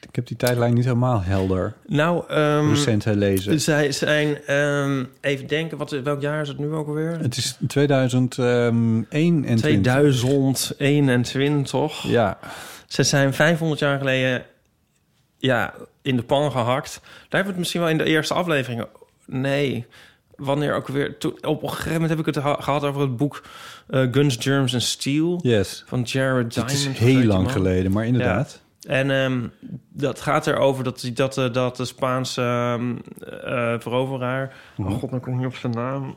Speaker 3: ik heb die tijdlijn niet helemaal helder
Speaker 4: nou, ehm,
Speaker 3: recent herlezen.
Speaker 4: zij zijn... ehm, even denken, wat, welk jaar is het nu ook alweer?
Speaker 3: Het is ehm, 2021.
Speaker 4: 2021.
Speaker 3: Ja,
Speaker 4: Ze zijn 500 jaar geleden ja, in de pan gehakt. Daar hebben we het misschien wel in de eerste aflevering. Nee, wanneer ook weer. Toen, op een gegeven moment heb ik het ha- gehad over het boek eh, Guns, Germs and Steel
Speaker 3: yes.
Speaker 4: van Jared
Speaker 3: Het
Speaker 4: Diamond.
Speaker 3: is
Speaker 4: of zo heet
Speaker 3: heel
Speaker 4: die
Speaker 3: lang
Speaker 4: man.
Speaker 3: geleden, maar inderdaad.
Speaker 4: En ehm, dat gaat erover dat, die- dat, eh, dat de Spaanse ehm, eh, veroveraar.
Speaker 3: Mhm.
Speaker 4: Oh god, dan kom ik niet op zijn naam.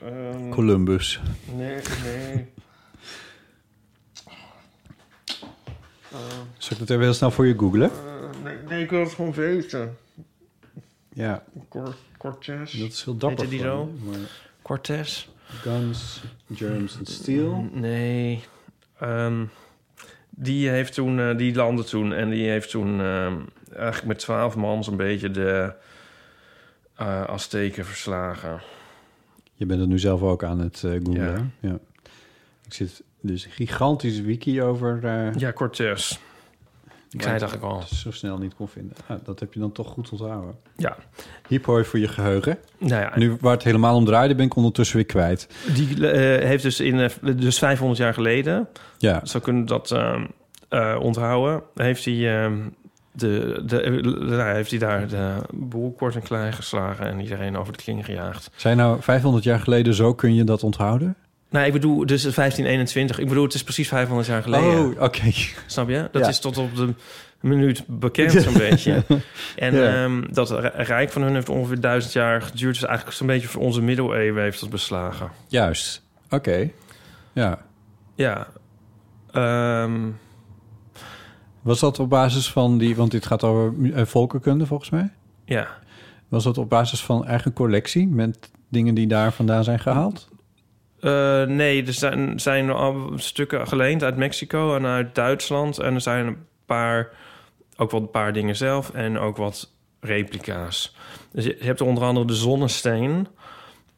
Speaker 4: Ehm,
Speaker 3: Columbus.
Speaker 4: nee, nee.
Speaker 3: Zal ik dat even heel snel voor je googlen?
Speaker 4: Eh, nee, nee, ik wil het gewoon weten.
Speaker 3: Ja,
Speaker 4: Cor Cortez.
Speaker 3: dat is heel dapper.
Speaker 4: Heette die
Speaker 3: van je,
Speaker 4: zo?
Speaker 3: maar
Speaker 4: Cortez?
Speaker 3: Guns, Germs and Steel.
Speaker 4: Nee. Ehm, die heeft toen, eh, die landde toen en die heeft toen ehm, eigenlijk met twaalf man zo'n beetje de eh Azteken verslagen.
Speaker 3: Je bent het nu zelf ook aan het eh, googlen. Ja. Ik zit dus een gigantische wiki over... eh,
Speaker 4: Ja, Cortez. Ik zei het
Speaker 3: dat
Speaker 4: eigenlijk al.
Speaker 3: Zo snel niet kon vinden. Ah, dat heb je dan toch goed onthouden.
Speaker 4: Ja.
Speaker 3: Hiepooi voor je geheugen.
Speaker 4: Nou ja,
Speaker 3: Nu waar het helemaal om draaide, ben ik ondertussen weer kwijt.
Speaker 4: die eh, heeft dus, in, eh, dus 500 jaar geleden
Speaker 3: Ja,
Speaker 4: Zo kunnen we dat ehm, eh, onthouden. Heeft hij, ehm, de, de, eh, nou, heeft hij daar de boel kort en klein geslagen en iedereen over de kling gejaagd.
Speaker 3: zijn nou 500 jaar geleden zo kun je dat onthouden?
Speaker 4: Nou, ik bedoel, dus het 1521. Ik bedoel, het is precies 500 jaar geleden.
Speaker 3: Oh, oké.
Speaker 4: Snap je? Dat
Speaker 3: Ja.
Speaker 4: is tot op de minuut bekend zo'n beetje. En
Speaker 3: Ja.
Speaker 4: ehm, dat ri- rijk van hun heeft ongeveer duizend jaar geduurd. Dus eigenlijk zo'n beetje voor onze middeleeuwen heeft dat beslagen.
Speaker 3: Juist. Oké. Ja.
Speaker 4: Ja. Ehm,
Speaker 3: Was dat op basis van die, want dit gaat over eh, volkenkunde volgens mij.
Speaker 4: ja.
Speaker 3: Was dat op basis van eigen collectie met dingen die daar vandaan zijn gehaald?
Speaker 4: Eh, nee, er zijn, zijn al stukken geleend uit Mexico en uit Duitsland. En er zijn een paar, ook wat een paar dingen zelf en ook wat replica's. Dus je je hebt onder andere de zonnesteen.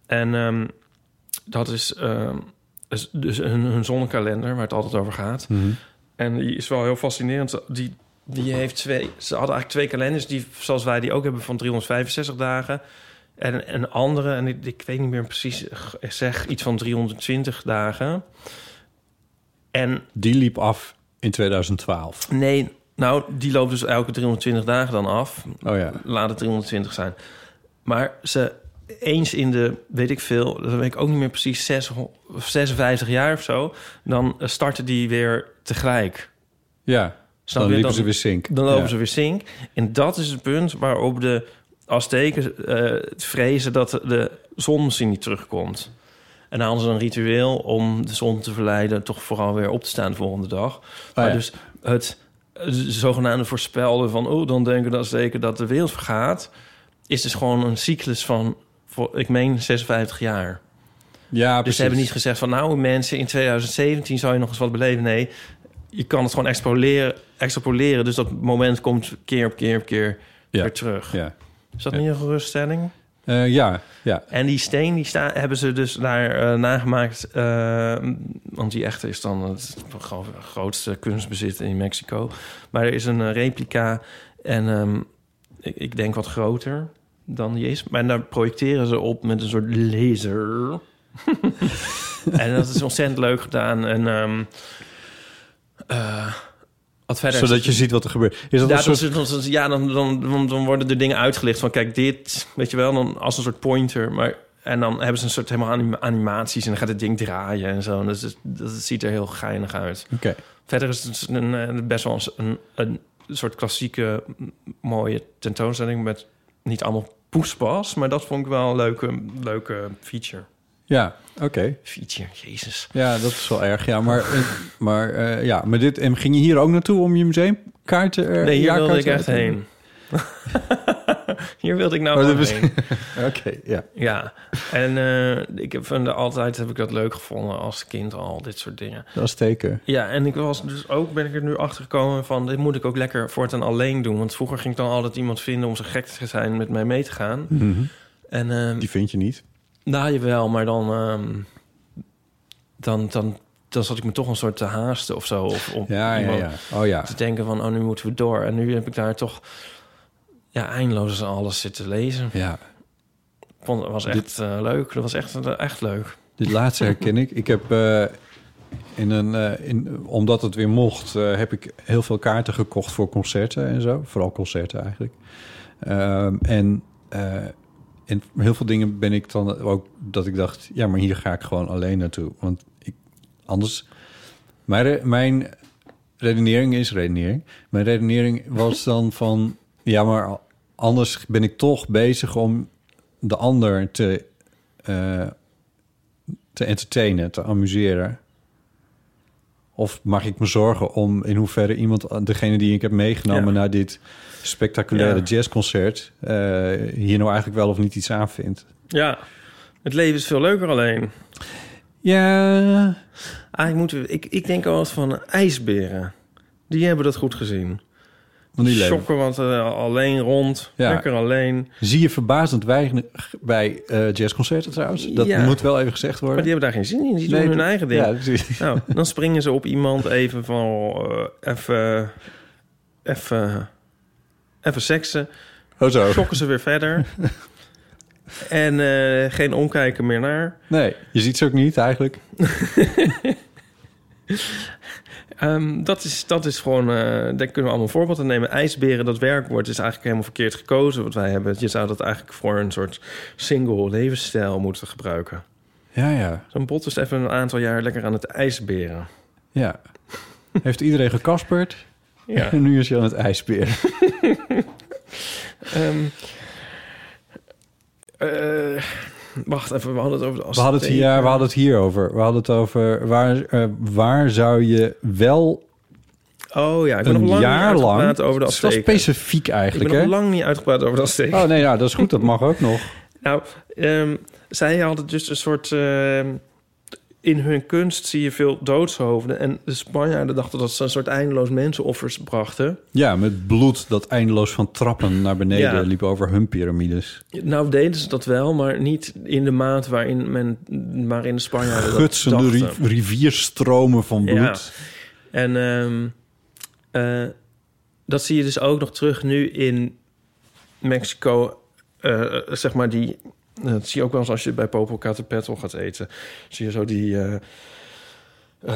Speaker 4: En ehm, dat is ehm, is dus een, een zonnekalender waar het altijd over gaat. En die is wel heel fascinerend. Die, die heeft twee, ze hadden eigenlijk twee kalenders, die, zoals wij die ook hebben, van 365 dagen. En een andere, en ik, ik weet niet meer precies, g- zeg iets van 320 dagen. En
Speaker 3: Die liep af in 2012.
Speaker 4: nee, nou, die loopt dus elke 320 dagen dan af.
Speaker 3: Oh ja.
Speaker 4: Laat het 320 zijn. Maar ze eens in de, weet ik veel, dat weet ik ook niet meer precies, 6 of 56 jaar of zo, dan eh, starten die weer tegelijk.
Speaker 3: Ja. Dan
Speaker 4: Snap je?
Speaker 3: liepen
Speaker 4: Dan-
Speaker 3: ze weer zink.
Speaker 4: dan lopen
Speaker 3: Ja.
Speaker 4: ze weer zink. En dat is het punt waarop de Azteken eh, vrezen dat de zon misschien niet terugkomt. En dan hadden ze een ritueel om de zon te verleiden... toch vooral weer op te staan de volgende dag. maar
Speaker 3: Oh ja.
Speaker 4: dus het eh, zogenaamde voorspelden van... oh, dan denken de Azteken dat de wereld vergaat... is dus gewoon een cyclus van, voor- ik meen, 56 jaar.
Speaker 3: Ja,
Speaker 4: Dus
Speaker 3: precies.
Speaker 4: ze hebben niet gezegd van nou mensen, in 2017 zou je nog eens wat beleven. Nee, je kan het gewoon extrapoleren. extrapoleren dus dat moment komt keer op keer op keer
Speaker 3: Ja.
Speaker 4: weer terug.
Speaker 3: Ja.
Speaker 4: Is dat
Speaker 3: Ja.
Speaker 4: niet een geruststelling?
Speaker 3: Eh, ja, ja.
Speaker 4: En die steen die sta, hebben ze dus daar eh, nagemaakt. eh, want die echte is dan het gro- grootste kunstbezit in Mexico. Maar er is een eh, replica en ehm, ik, ik denk wat groter dan die is. Maar daar projecteren ze op met een soort laser. en dat is ontzettend leuk gedaan. En, ehm, eh, wat verder is
Speaker 3: Zodat je ziet wat er gebeurt. Is dat
Speaker 4: ja,
Speaker 3: een soort...
Speaker 4: dan, dan- ja dan, dan, dan, dan worden de dingen uitgelicht van kijk dit, weet je wel, dan als een soort pointer. Maar, en dan hebben ze een soort helemaal anima- animaties en dan gaat het ding draaien en zo. En dat, is, dat ziet er heel geinig uit.
Speaker 3: Oké.
Speaker 4: Verder is het een, eh, best wel een, een soort klassieke m, mooie tentoonstelling met niet allemaal poespas. Maar dat vond ik wel een leuke, leuke feature.
Speaker 3: Ja, oké.
Speaker 4: Feature, jezus.
Speaker 3: Ja, dat is wel erg. Ja, maar, eh, maar, eh, ja, maar dit, en ging je hier ook naartoe om je museumkaarten? eh,
Speaker 4: Nee, hier wilde
Speaker 3: jaarkaarten
Speaker 4: ik echt
Speaker 3: te-
Speaker 4: heen. hier wilde ik nou
Speaker 3: Oh, dat
Speaker 4: gewoon
Speaker 3: was-
Speaker 4: heen.
Speaker 3: Oké, ja.
Speaker 4: Ja, en eh, ik heb van de- altijd heb ik dat leuk gevonden als kind al, dit soort dingen.
Speaker 3: Dat is teken.
Speaker 4: Ja, en ik was dus ook, ben ik er nu achter gekomen van, dit moet ik ook lekker voortaan alleen doen. Want vroeger ging ik dan altijd iemand vinden om zo gek te zijn met mij mee te gaan.
Speaker 3: Mhm.
Speaker 4: En ehm
Speaker 3: Die vind je niet.
Speaker 4: nou jawel, maar dan, ehm, dan, dan dan zat ik me toch een soort te haasten of zo. Of om
Speaker 3: Ja, ja,
Speaker 4: iemand
Speaker 3: ja. Oh ja.
Speaker 4: te denken van, oh, nu moeten we door. En nu heb ik daar toch ja, eindeloos alles zitten lezen.
Speaker 3: Ja.
Speaker 4: Ik vond, het was echt eh, leuk. Dat was echt, echt leuk.
Speaker 3: Dit laatste herken ik. Ik heb eh, in een, eh, in, omdat het weer mocht, eh, heb ik heel veel kaarten gekocht voor concerten en zo. Vooral concerten eigenlijk. Ehm, en eh, in heel veel dingen ben ik dan ook dat ik dacht, ja, maar hier ga ik gewoon alleen naartoe. Want ik, anders. Mijn, re- mijn redenering is redenering. Mijn redenering was dan van, ja, maar anders ben ik toch bezig om de ander te. eh, te entertainen, te amuseren? Of mag ik me zorgen om in hoeverre iemand, degene die ik heb meegenomen
Speaker 4: Ja.
Speaker 3: naar dit spectaculaire
Speaker 4: Ja.
Speaker 3: jazzconcert, eh, hier nou eigenlijk wel of niet iets aan vindt?
Speaker 4: Ja, het leven is veel leuker alleen.
Speaker 3: Ja,
Speaker 4: Eigenlijk moeten we, ik, ik denk altijd van ijsberen. Die hebben dat goed gezien.
Speaker 3: want die leven.
Speaker 4: Shoppen, want eh, alleen rond.
Speaker 3: Ja.
Speaker 4: Lekker alleen.
Speaker 3: Zie je verbazend weinig bij eh, jazzconcerten trouwens? Dat
Speaker 4: Ja.
Speaker 3: moet wel even gezegd
Speaker 4: Maar
Speaker 3: worden.
Speaker 4: die hebben daar geen zin in. Die doen
Speaker 3: Nee,
Speaker 4: hun
Speaker 3: dat-
Speaker 4: eigen ding.
Speaker 3: Ja, precies.
Speaker 4: Nou, dan springen ze op iemand even van... eh, even... even... even seksen.
Speaker 3: Oh zo.
Speaker 4: Schokken ze weer verder. en eh, geen omkijken meer naar.
Speaker 3: Nee, je ziet ze ook niet eigenlijk.
Speaker 4: Ehm, dat, is, dat is gewoon... eh, daar kunnen we allemaal voorbeeld aan nemen. IJsberen, dat werkwoord, is eigenlijk helemaal verkeerd gekozen. Wat wij hebben. Je zou dat eigenlijk voor een soort single levensstijl moeten gebruiken.
Speaker 3: Ja, ja,
Speaker 4: Zo'n bot is even een aantal jaar lekker aan het ijsberen.
Speaker 3: ja. Heeft iedereen gekasperd?
Speaker 4: Ja.
Speaker 3: En nu is je aan het ijsberen.
Speaker 4: Ehm, eh, wacht even, we hadden het over de
Speaker 3: We hadden, het hier,
Speaker 4: apotheker.
Speaker 3: ja, we hadden het hier over. We hadden het over waar, eh, waar zou je wel
Speaker 4: Oh ja, ik ben nog
Speaker 3: een
Speaker 4: lang
Speaker 3: jaar
Speaker 4: niet
Speaker 3: lang...
Speaker 4: uitgepraat over de
Speaker 3: Het is wel
Speaker 4: afsteken.
Speaker 3: specifiek
Speaker 4: Ik ben
Speaker 3: eigenlijk, hè?
Speaker 4: nog lang niet uitgepraat over de afsteken.
Speaker 3: Oh nee, ja, dat is goed. Dat mag ook nog.
Speaker 4: Nou, ehm, zij hadden dus een soort... ehm, in hun kunst zie je veel doodshoofden. En de Spanjaarden dachten dat ze een soort eindeloos mensenoffers brachten.
Speaker 3: Ja, met bloed dat eindeloos van trappen naar beneden
Speaker 4: Ja.
Speaker 3: liep over hun piramides.
Speaker 4: Nou deden ze dat wel, maar niet in de maat waarin, men, waarin de Spanjaarden
Speaker 3: Gutsende
Speaker 4: dat
Speaker 3: ri-
Speaker 4: dachten.
Speaker 3: rivierstromen van
Speaker 4: Ja.
Speaker 3: bloed.
Speaker 4: En ehm, eh, dat zie je dus ook nog terug nu in Mexico. eh, zeg maar die. Dat zie je ook wel eens als je bij Popocatépetl gaat eten. Zie je zo die. eh eh,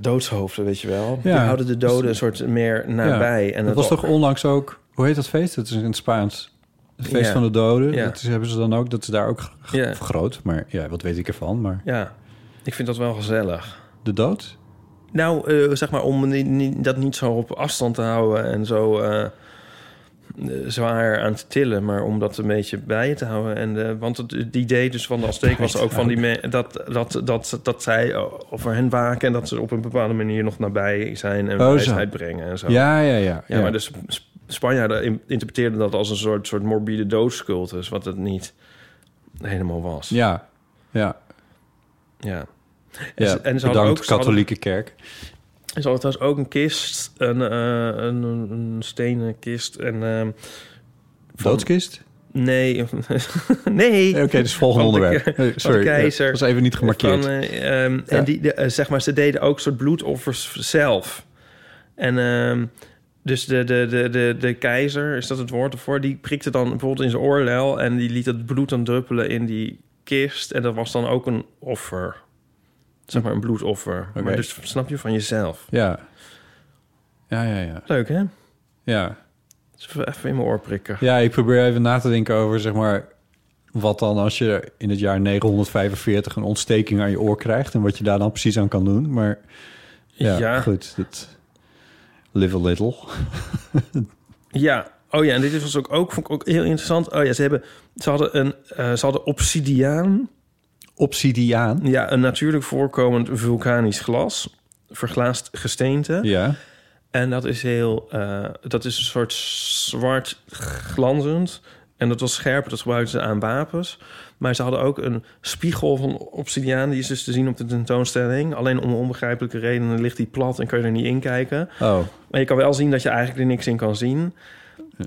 Speaker 4: doodshoofden, weet je wel. Die houden de doden een soort meer nabij. En
Speaker 3: Dus- dat was toch onlangs ook... Hoe heet dat feest? Dat is in het Spaans. Het feest
Speaker 4: Ja.
Speaker 3: van de doden.
Speaker 4: Ja.
Speaker 3: Dat is- hebben ze dan ook. Dat is daar ook g-
Speaker 4: Ja.
Speaker 3: vergroot. Maar ja, wat weet ik ervan? Maar
Speaker 4: Ja, ik vind dat wel gezellig.
Speaker 3: de dood?
Speaker 4: Nou, eh, zeg maar om ni- ni- dat niet zo op afstand te houden en zo eh, eh, zwaar aan te tillen, maar om dat een beetje bij je te houden. En, eh, want het, het idee dus van de Azteek was ook van die me- dat, dat, dat, dat zij over hen waken en dat ze op een bepaalde manier nog nabij zijn en
Speaker 3: Oh, zo.
Speaker 4: wijsheid brengen en zo.
Speaker 3: Ja, ja, ja.
Speaker 4: Ja, maar de Sp- Sp- Spanjaarden in- interpreteerden dat als een soort, soort morbide doodscultus, wat het niet helemaal was.
Speaker 3: ja. ja.
Speaker 4: Ja. En
Speaker 3: Ja,
Speaker 4: ze- en ze hadden
Speaker 3: bedankt
Speaker 4: ook- ze hadden-
Speaker 3: katholieke kerk.
Speaker 4: Er zat trouwens ook een kist, een, eh, een, een, een stenen kist. En, ehm, van-
Speaker 3: Doodskist?
Speaker 4: Nee, nee.
Speaker 3: Eh, Oké, dus volgende
Speaker 4: Van de
Speaker 3: onderwerp.
Speaker 4: ke-
Speaker 3: Eh,
Speaker 4: van
Speaker 3: Sorry,
Speaker 4: de
Speaker 3: eh,
Speaker 4: keizer.
Speaker 3: was even niet gemarkeerd.
Speaker 4: Van, eh, ehm,
Speaker 3: Ja.
Speaker 4: En die, de, eh, zeg maar, ze deden ook soort bloedoffers zelf. En ehm, dus de, de, de, de, de keizer, is dat het woord ervoor? Die prikte dan bijvoorbeeld in zijn oorlel en die liet het bloed dan druppelen in die kist. En dat was dan ook een offer. Zeg maar een bloedoffer.
Speaker 3: Oké.
Speaker 4: Maar dus snap je van jezelf.
Speaker 3: Ja. Ja, ja, ja.
Speaker 4: Leuk hè?
Speaker 3: Ja.
Speaker 4: Dus Even in mijn oor prikken.
Speaker 3: Ja, ik probeer even na te denken over, zeg maar... wat dan als je in het jaar 945 een ontsteking aan je oor krijgt... en wat je daar dan precies aan kan doen. Maar ja,
Speaker 4: Ja.
Speaker 3: goed. Dat, live a little.
Speaker 4: Ja, oh ja, en dit was ook, ook, vond ik ook heel interessant. Oh ja, ze, hebben, ze, hadden een, eh, ze hadden obsidiaan,
Speaker 3: Obsidiaan.
Speaker 4: ja, een natuurlijk voorkomend vulkanisch glas, verglaasd gesteente.
Speaker 3: Ja.
Speaker 4: En dat is heel, eh, dat is een soort zwart glanzend. En dat was scherp, dat gebruikten ze aan wapens. Maar ze hadden ook een spiegel van obsidiaan, die is dus te zien op de tentoonstelling. Alleen om onbegrijpelijke redenen ligt die plat en kan je er niet in kijken.
Speaker 3: Oh,
Speaker 4: Maar je kan wel zien dat je eigenlijk er niks in kan zien.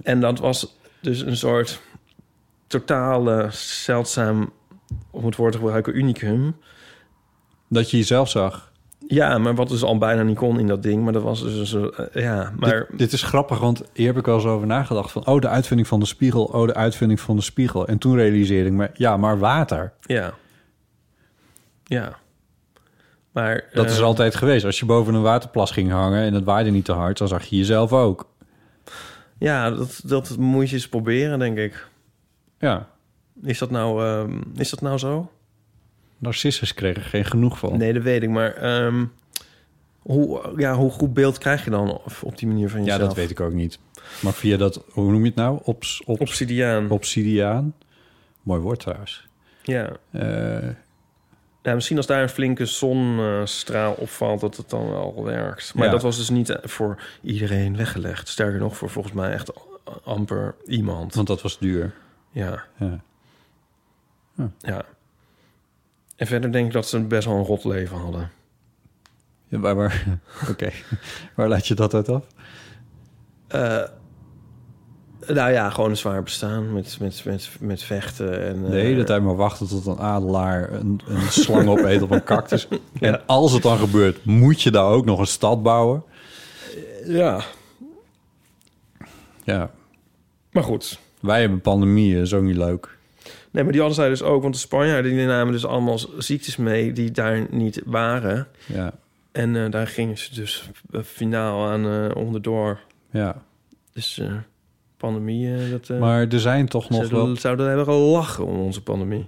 Speaker 4: En dat was dus een soort totale zeldzaam, om het woord te gebruiken, unicum.
Speaker 3: dat je jezelf zag.
Speaker 4: Ja, maar wat dus al bijna niet kon in dat ding. Maar dat was dus... een soort- eh, ja, maar...
Speaker 3: Dit is grappig, want hier heb ik wel eens over nagedacht. Van, oh, de uitvinding van de spiegel, oh, de uitvinding van de spiegel. En toen realiseerde ik me, ja, maar water.
Speaker 4: Ja. Ja. Maar...
Speaker 3: Dat
Speaker 4: eh,
Speaker 3: is er altijd geweest. Als je boven een waterplas ging hangen en het waaide niet te hard... dan zag je jezelf ook.
Speaker 4: Ja, dat, dat moet je eens proberen, denk ik.
Speaker 3: Ja,
Speaker 4: Is dat nou, ehm, is dat nou zo?
Speaker 3: narcissus kregen geen genoeg van.
Speaker 4: Nee, dat weet ik. Maar ehm, hoe, ja, hoe goed beeld krijg je dan op, op die manier van
Speaker 3: ja,
Speaker 4: jezelf?
Speaker 3: dat weet ik ook niet. Maar via dat, hoe noem je het nou? Obs, obs,
Speaker 4: Obsidiaan.
Speaker 3: obsidiaan. Mooi woord trouwens.
Speaker 4: Ja.
Speaker 3: Eh,
Speaker 4: ja, misschien als daar een flinke zonstraal opvalt, dat het dan wel werkt. Maar
Speaker 3: Ja.
Speaker 4: dat was dus niet eh, voor iedereen weggelegd. Sterker nog, voor volgens mij echt amper iemand.
Speaker 3: want dat was duur.
Speaker 4: Ja.
Speaker 3: Ja.
Speaker 4: ja. En verder denk ik dat ze best wel een rot leven hadden.
Speaker 3: Ja, maar, maar- oké, waar laat je dat uit af?
Speaker 4: Eh, nou ja, gewoon een zwaar bestaan met, met, met, met vechten. En, eh,
Speaker 3: De hele tijd maar wachten tot een adelaar een, een slang opeet op een cactus. En als het dan gebeurt, moet je daar ook nog een stad bouwen.
Speaker 4: Ja,
Speaker 3: Ja,
Speaker 4: maar goed.
Speaker 3: wij hebben pandemieën, is ook niet leuk.
Speaker 4: Nee, maar die hadden zij dus ook, want de Spanjaarden die namen dus allemaal ziektes mee die daar niet waren.
Speaker 3: Ja,
Speaker 4: En eh, daar gingen ze dus eh, finaal aan eh, onderdoor.
Speaker 3: ja.
Speaker 4: Dus eh, pandemie, eh, dat, eh,
Speaker 3: Maar er zijn toch nog
Speaker 4: ze
Speaker 3: wel...
Speaker 4: zouden hebben gelachen om onze pandemie.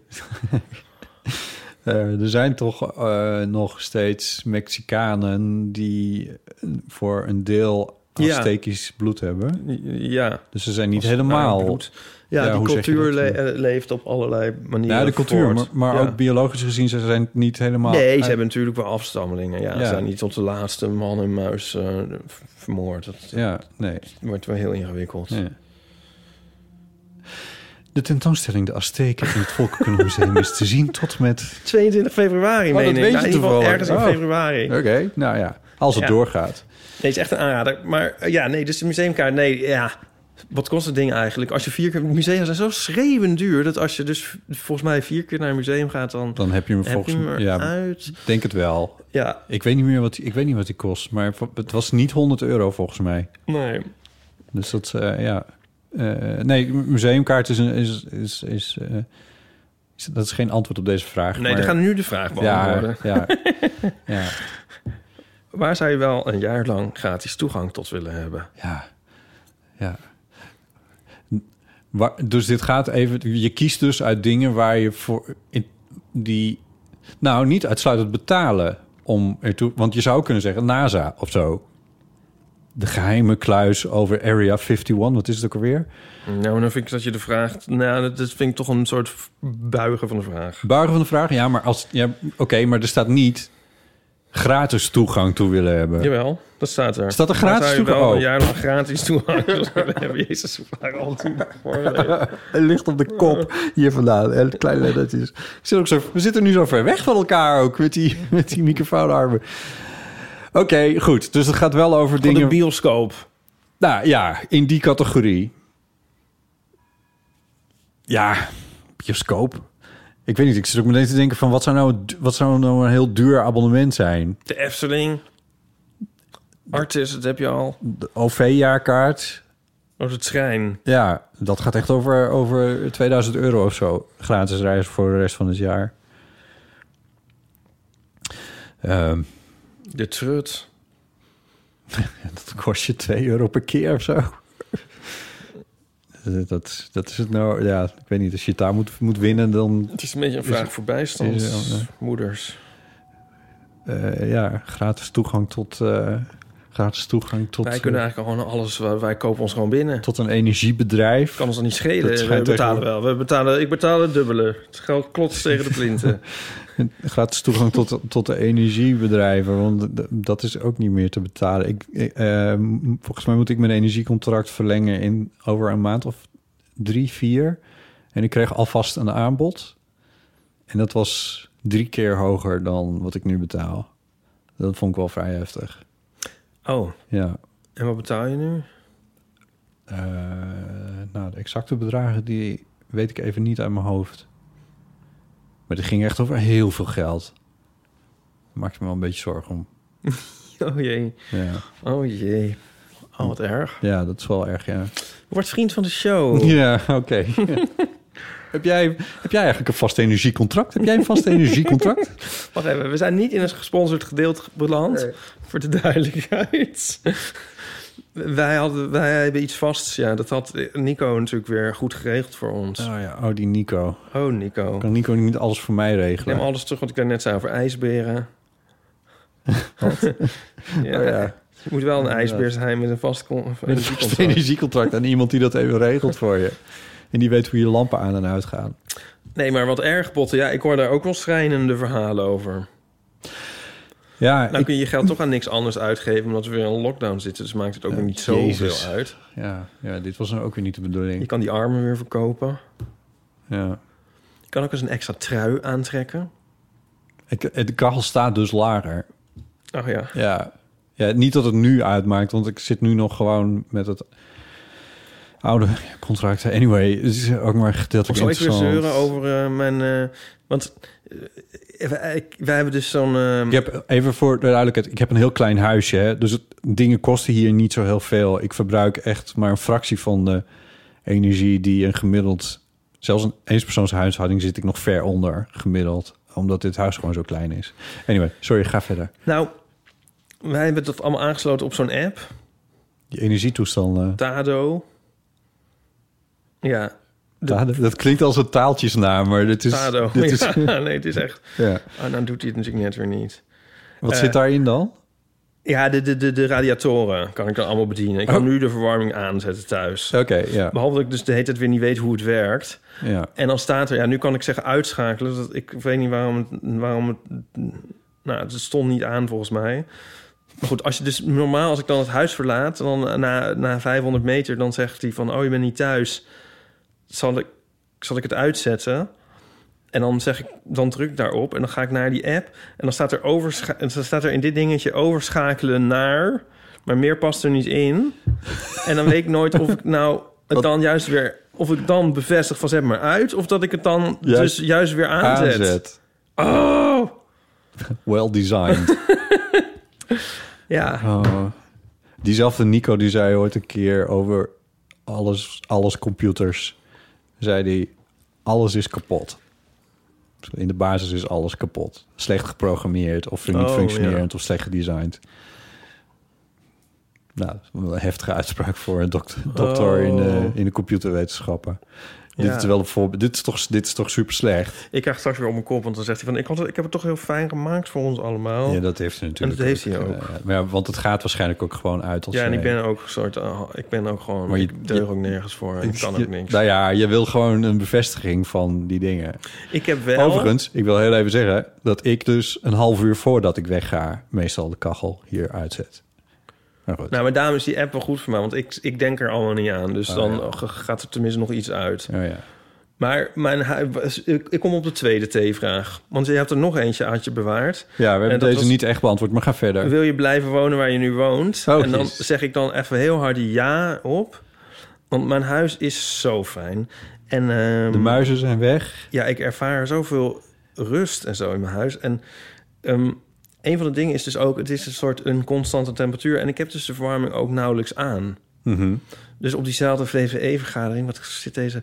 Speaker 3: Eh, er zijn toch eh, nog steeds Mexicanen die eh, voor een deel
Speaker 4: Ja.
Speaker 3: Aztekisch bloed hebben.
Speaker 4: Ja,
Speaker 3: Dus ze zijn niet
Speaker 4: Als-
Speaker 3: helemaal...
Speaker 4: maar bloed. ja,
Speaker 3: Ja,
Speaker 4: die
Speaker 3: hoe zeg je
Speaker 4: cultuur
Speaker 3: dat?
Speaker 4: le- eh, leeft op allerlei manieren.
Speaker 3: Ja, Nou, de cultuur,
Speaker 4: voort.
Speaker 3: maar, maar
Speaker 4: Ja.
Speaker 3: ook biologisch gezien, ze zijn niet helemaal...
Speaker 4: nee, ze
Speaker 3: uit-
Speaker 4: hebben natuurlijk wel afstammelingen. Ja,
Speaker 3: Ja.
Speaker 4: Ze zijn niet tot de laatste man en muis eh, v- vermoord. Dat
Speaker 3: Ja, nee.
Speaker 4: wordt wel heel ingewikkeld.
Speaker 3: Ja. De tentoonstelling De Azteken in het Volkenkundemuseum is te zien tot en met...
Speaker 4: 22 februari,
Speaker 3: Oh,
Speaker 4: meen
Speaker 3: dat
Speaker 4: ik.
Speaker 3: weet
Speaker 4: Nou,
Speaker 3: je
Speaker 4: in ieder geval
Speaker 3: toevallig.
Speaker 4: ergens in
Speaker 3: Oh.
Speaker 4: februari.
Speaker 3: Oké, nou ja, als het
Speaker 4: Ja.
Speaker 3: doorgaat.
Speaker 4: Nee, het is echt een aanrader. Maar eh, ja, nee, dus de museumkaart, nee, ja. Wat kost het ding eigenlijk? Als je vier keer... Musea zijn zo schreeuwend duur... dat als je dus volgens mij vier keer naar een museum gaat... dan
Speaker 3: Dan heb je hem
Speaker 4: heb je
Speaker 3: volgens
Speaker 4: hem
Speaker 3: mij... Ja,
Speaker 4: eruit.
Speaker 3: denk het wel.
Speaker 4: Ja,
Speaker 3: Ik weet niet meer wat die, ik weet niet wat die kost, maar het was niet 100 euro volgens mij.
Speaker 4: nee.
Speaker 3: Dus dat, eh, ja... Eh, nee, museumkaart is... Een, is, is, is, eh, is- dat is geen antwoord op deze vraag.
Speaker 4: Nee, dan
Speaker 3: maar-
Speaker 4: gaan we nu de vraag beantwoorden.
Speaker 3: ja, ja, ja,
Speaker 4: Waar zou je wel een jaar lang gratis toegang tot willen hebben?
Speaker 3: Ja, ja. Waar- dus dit gaat even... Je kiest dus uit dingen waar je voor... in- die, nou, niet uitsluitend betalen om ertoe... Want je zou kunnen zeggen NASA of zo. De geheime kluis over Area 51. Wat is het ook alweer?
Speaker 4: Nou, dan vind ik dat je de vraag... Nou, dat- dat vind ik toch een soort buigen van de vraag.
Speaker 3: Buigen van de vraag. Ja, maar als... Ja, Oké, maar er staat niet gratis toegang toe willen hebben.
Speaker 4: Jawel, dat staat er.
Speaker 3: Staat er
Speaker 4: Waar
Speaker 3: gratis
Speaker 4: zou je wel
Speaker 3: toegang? Oh.
Speaker 4: een jaar lang gratis toegang willen hebben? Jezus, we waren al toen voorlezen.
Speaker 3: Het ligt op de kop hier vandaan. En kleine lettertjes. Ik zit ook zo, we zitten nu zo ver weg van elkaar ook met die, met die microfoonarmen. Oké, goed. Dus het gaat wel over
Speaker 4: Van de
Speaker 3: dingen...
Speaker 4: bioscoop.
Speaker 3: Nou ja, in die categorie. Ja, bioscoop. Ik weet niet, ik zit ook meteen te denken van... wat zou nou, het- wat zou nou een heel duur abonnement zijn?
Speaker 4: De Efteling. Artis, dat heb je al.
Speaker 3: De OV-jaarkaart?
Speaker 4: Oh, de trein.
Speaker 3: Ja, dat gaat echt over, over 2000 euro of zo. Gratis reis voor de rest van het jaar. Ehm,
Speaker 4: De trut.
Speaker 3: dat kost je 2 euro per keer of zo. Dat- Dat, dat is het nou. Ja, ik weet niet. Als je het daar moet, moet winnen, dan
Speaker 4: Het is een beetje een
Speaker 3: Is
Speaker 4: vraag
Speaker 3: het-
Speaker 4: voor bijstand.
Speaker 3: is het- oh, nee.
Speaker 4: Moeders.
Speaker 3: eh, ja, gratis toegang tot. eh, gratis toegang tot.
Speaker 4: wij kunnen
Speaker 3: eh,
Speaker 4: eigenlijk gewoon alles... Wij, wij kopen ons gewoon binnen.
Speaker 3: tot een energiebedrijf.
Speaker 4: kan ons dan niet
Speaker 3: Dat
Speaker 4: schelen. We
Speaker 3: schijnt
Speaker 4: betalen
Speaker 3: tegenwoordig-
Speaker 4: wel. We betalen, ik betaal het dubbele. Het geld klotst tegen de plinten.
Speaker 3: gratis toegang tot, tot de energiebedrijven. Want d- dat is ook niet meer te betalen. Ik, ik, eh, m- volgens mij moet ik mijn energiecontract verlengen in over een maand of drie, vier. En ik kreeg alvast een aanbod. En dat was drie keer hoger dan wat ik nu betaal. Dat vond ik wel vrij heftig.
Speaker 4: Oh,
Speaker 3: Ja.
Speaker 4: en wat betaal je nu?
Speaker 3: Eh, nou, de exacte bedragen die weet ik even niet uit mijn hoofd. Maar het ging echt over heel veel geld. maak ik me wel een beetje zorgen om.
Speaker 4: Oh jee.
Speaker 3: Ja,
Speaker 4: Oh jee. Oh, wat erg.
Speaker 3: ja dat is wel erg, ja.
Speaker 4: Word vriend van de show.
Speaker 3: Ja, oké. Ja. heb, jij, heb jij eigenlijk een vast energiecontract? Heb jij een vast energiecontract?
Speaker 4: Wacht even, we zijn niet in een gesponsord gedeelte beland. Voor de duidelijkheid. wij, hadden, wij hebben iets vasts. Ja, dat had Nico natuurlijk weer goed geregeld voor ons.
Speaker 3: Oh ja, oh die Nico.
Speaker 4: Oh, Nico.
Speaker 3: Kan Nico niet alles voor mij
Speaker 4: Ik neem
Speaker 3: regelen?
Speaker 4: alles terug wat ik net zei over ijsberen. ja,
Speaker 3: Oh ja.
Speaker 4: Je moet wel een ijsbeer zijn met een vast con-
Speaker 3: Met een vast energiecontract aan iemand die dat even regelt voor je. En die weet hoe je lampen aan en uit gaan.
Speaker 4: Nee, maar wat erg, Botten. Ja, ik hoor daar ook wel schrijnende verhalen over.
Speaker 3: Ja,
Speaker 4: Nou
Speaker 3: ik-
Speaker 4: kun je je geld toch aan niks anders uitgeven... omdat we weer in een lockdown zitten. Dus maakt het ook
Speaker 3: Ja,
Speaker 4: weer niet zoveel
Speaker 3: Jezus.
Speaker 4: uit.
Speaker 3: ja, ja, dit was nou ook weer niet de
Speaker 4: Je
Speaker 3: bedoeling.
Speaker 4: kan die armen weer verkopen.
Speaker 3: Ja.
Speaker 4: Je kan ook eens een extra trui aantrekken.
Speaker 3: Ik, de kachel staat dus lager.
Speaker 4: Oh ja.
Speaker 3: Ja. ja, niet dat het nu uitmaakt, want ik zit nu nog gewoon met het oude contract. Anyway, het is ook maar
Speaker 4: Of
Speaker 3: gedeeltelijk
Speaker 4: zal ik weer
Speaker 3: interessant.
Speaker 4: zeuren over eh, mijn... eh, want eh, wij, ik- wij hebben dus zo'n... eh,
Speaker 3: Ik heb even voor de duidelijkheid, ik heb een heel klein huisje, hè, dus het, dingen kosten hier niet zo heel veel. Ik verbruik echt maar een fractie van de energie die een gemiddeld, zelfs een eenspersoonshuishouding zit ik nog ver onder gemiddeld, omdat dit huis gewoon zo klein is. Anyway, sorry, ga verder.
Speaker 4: Nou, wij hebben dat allemaal aangesloten op zo'n app.
Speaker 3: Die energietoestanden,
Speaker 4: Tado. Ja,
Speaker 3: Tade, dat klinkt als een taaltjesnaam, maar dit is...
Speaker 4: Tado.
Speaker 3: Dit is
Speaker 4: ja, nee, het is echt...
Speaker 3: ja.
Speaker 4: Oh, nou doet hij het natuurlijk net weer niet.
Speaker 3: Wat
Speaker 4: Eh,
Speaker 3: zit daarin dan?
Speaker 4: Ja, de, de, de, de radiatoren kan ik dan allemaal bedienen. Ik kan
Speaker 3: Oh.
Speaker 4: nu de verwarming aanzetten thuis.
Speaker 3: Oké, ja.
Speaker 4: Behalve dat ik dus de hele tijd weer niet weet hoe het werkt.
Speaker 3: ja.
Speaker 4: En dan staat er... Ja, nu kan ik zeggen uitschakelen. Dat, ik weet niet waarom het, waarom het... Nou, het stond niet aan volgens mij. Maar goed, als je dus normaal, als ik dan het huis verlaat... dan eh, na, na 500 meter, dan zegt hij van... oh, je bent niet thuis. Zal ik, zal ik het uitzetten? En dan zeg ik, dan druk ik daarop en dan ga ik naar die app. En dan staat er, overscha- en dan staat er in dit dingetje overschakelen naar... maar meer past er niet in. En dan weet ik nooit of ik nou het dan juist weer... of ik dan bevestig van zet maar uit... of dat ik het dan
Speaker 3: Juist-
Speaker 4: dus juist weer aanzet. Oh!
Speaker 3: Well designed.
Speaker 4: Ja,
Speaker 3: Oh. Diezelfde Nico die zei ooit een keer over alles, alles computers. Zei die, alles is kapot. In de basis is alles kapot. Slecht geprogrammeerd of niet
Speaker 4: Oh,
Speaker 3: functionerend of slecht gedesigned. Nou, dat is wel een heftige uitspraak voor een dokt- dokter in, de,
Speaker 4: Oh.
Speaker 3: in de computerwetenschappen.
Speaker 4: Ja.
Speaker 3: Dit, is wel een voorbeeld. dit, is toch, dit is toch super slecht?
Speaker 4: ik krijg straks weer op mijn kop, want dan zegt hij van... ik, had het, ik heb het toch heel fijn gemaakt voor ons allemaal.
Speaker 3: Ja,
Speaker 4: Ja,
Speaker 3: dat heeft hij
Speaker 4: Oh. en
Speaker 3: natuurlijk.
Speaker 4: dat heeft hij
Speaker 3: ook.
Speaker 4: ook.
Speaker 3: Ja, maar ja, want het gaat waarschijnlijk ook gewoon uit als
Speaker 4: en
Speaker 3: eh,
Speaker 4: ik ben ook een soort... ah, ik ben ook gewoon...
Speaker 3: Maar je-
Speaker 4: ik deug ook nergens voor en ik kan
Speaker 3: Je-
Speaker 4: ook niks.
Speaker 3: Nou ja, je wil gewoon een bevestiging van die dingen.
Speaker 4: Ik heb wel...
Speaker 3: Overigens, ik wil heel even zeggen dat ik dus een half uur voordat ik wegga, meestal de kachel hier uitzet. Maar goed.
Speaker 4: Nou, maar daarom is die app wel goed voor mij, want ik, ik denk er allemaal niet aan. Dus
Speaker 3: Ah,
Speaker 4: dan
Speaker 3: ja.
Speaker 4: g- gaat er tenminste nog iets uit.
Speaker 3: Oh ja.
Speaker 4: Maar mijn, hui- was- ik, ik kom op de tweede T-vraag. Want je hebt er nog eentje had je bewaard.
Speaker 3: ja, we
Speaker 4: En
Speaker 3: hebben
Speaker 4: dat
Speaker 3: deze
Speaker 4: was-
Speaker 3: niet echt beantwoord, maar ga verder.
Speaker 4: Wil je blijven wonen waar je nu woont?
Speaker 3: Oh,
Speaker 4: en dan
Speaker 3: jezus.
Speaker 4: zeg ik dan even heel hard ja op. Want mijn huis is zo fijn. En, ehm,
Speaker 3: De muizen zijn weg.
Speaker 4: ja, ik ervaar zoveel rust en zo in mijn huis. En ehm, een van de dingen is dus ook, het is een soort een constante temperatuur. En ik heb dus de verwarming ook nauwelijks aan.
Speaker 3: Mhm.
Speaker 4: Dus op diezelfde VVE-vergadering, wat zit deze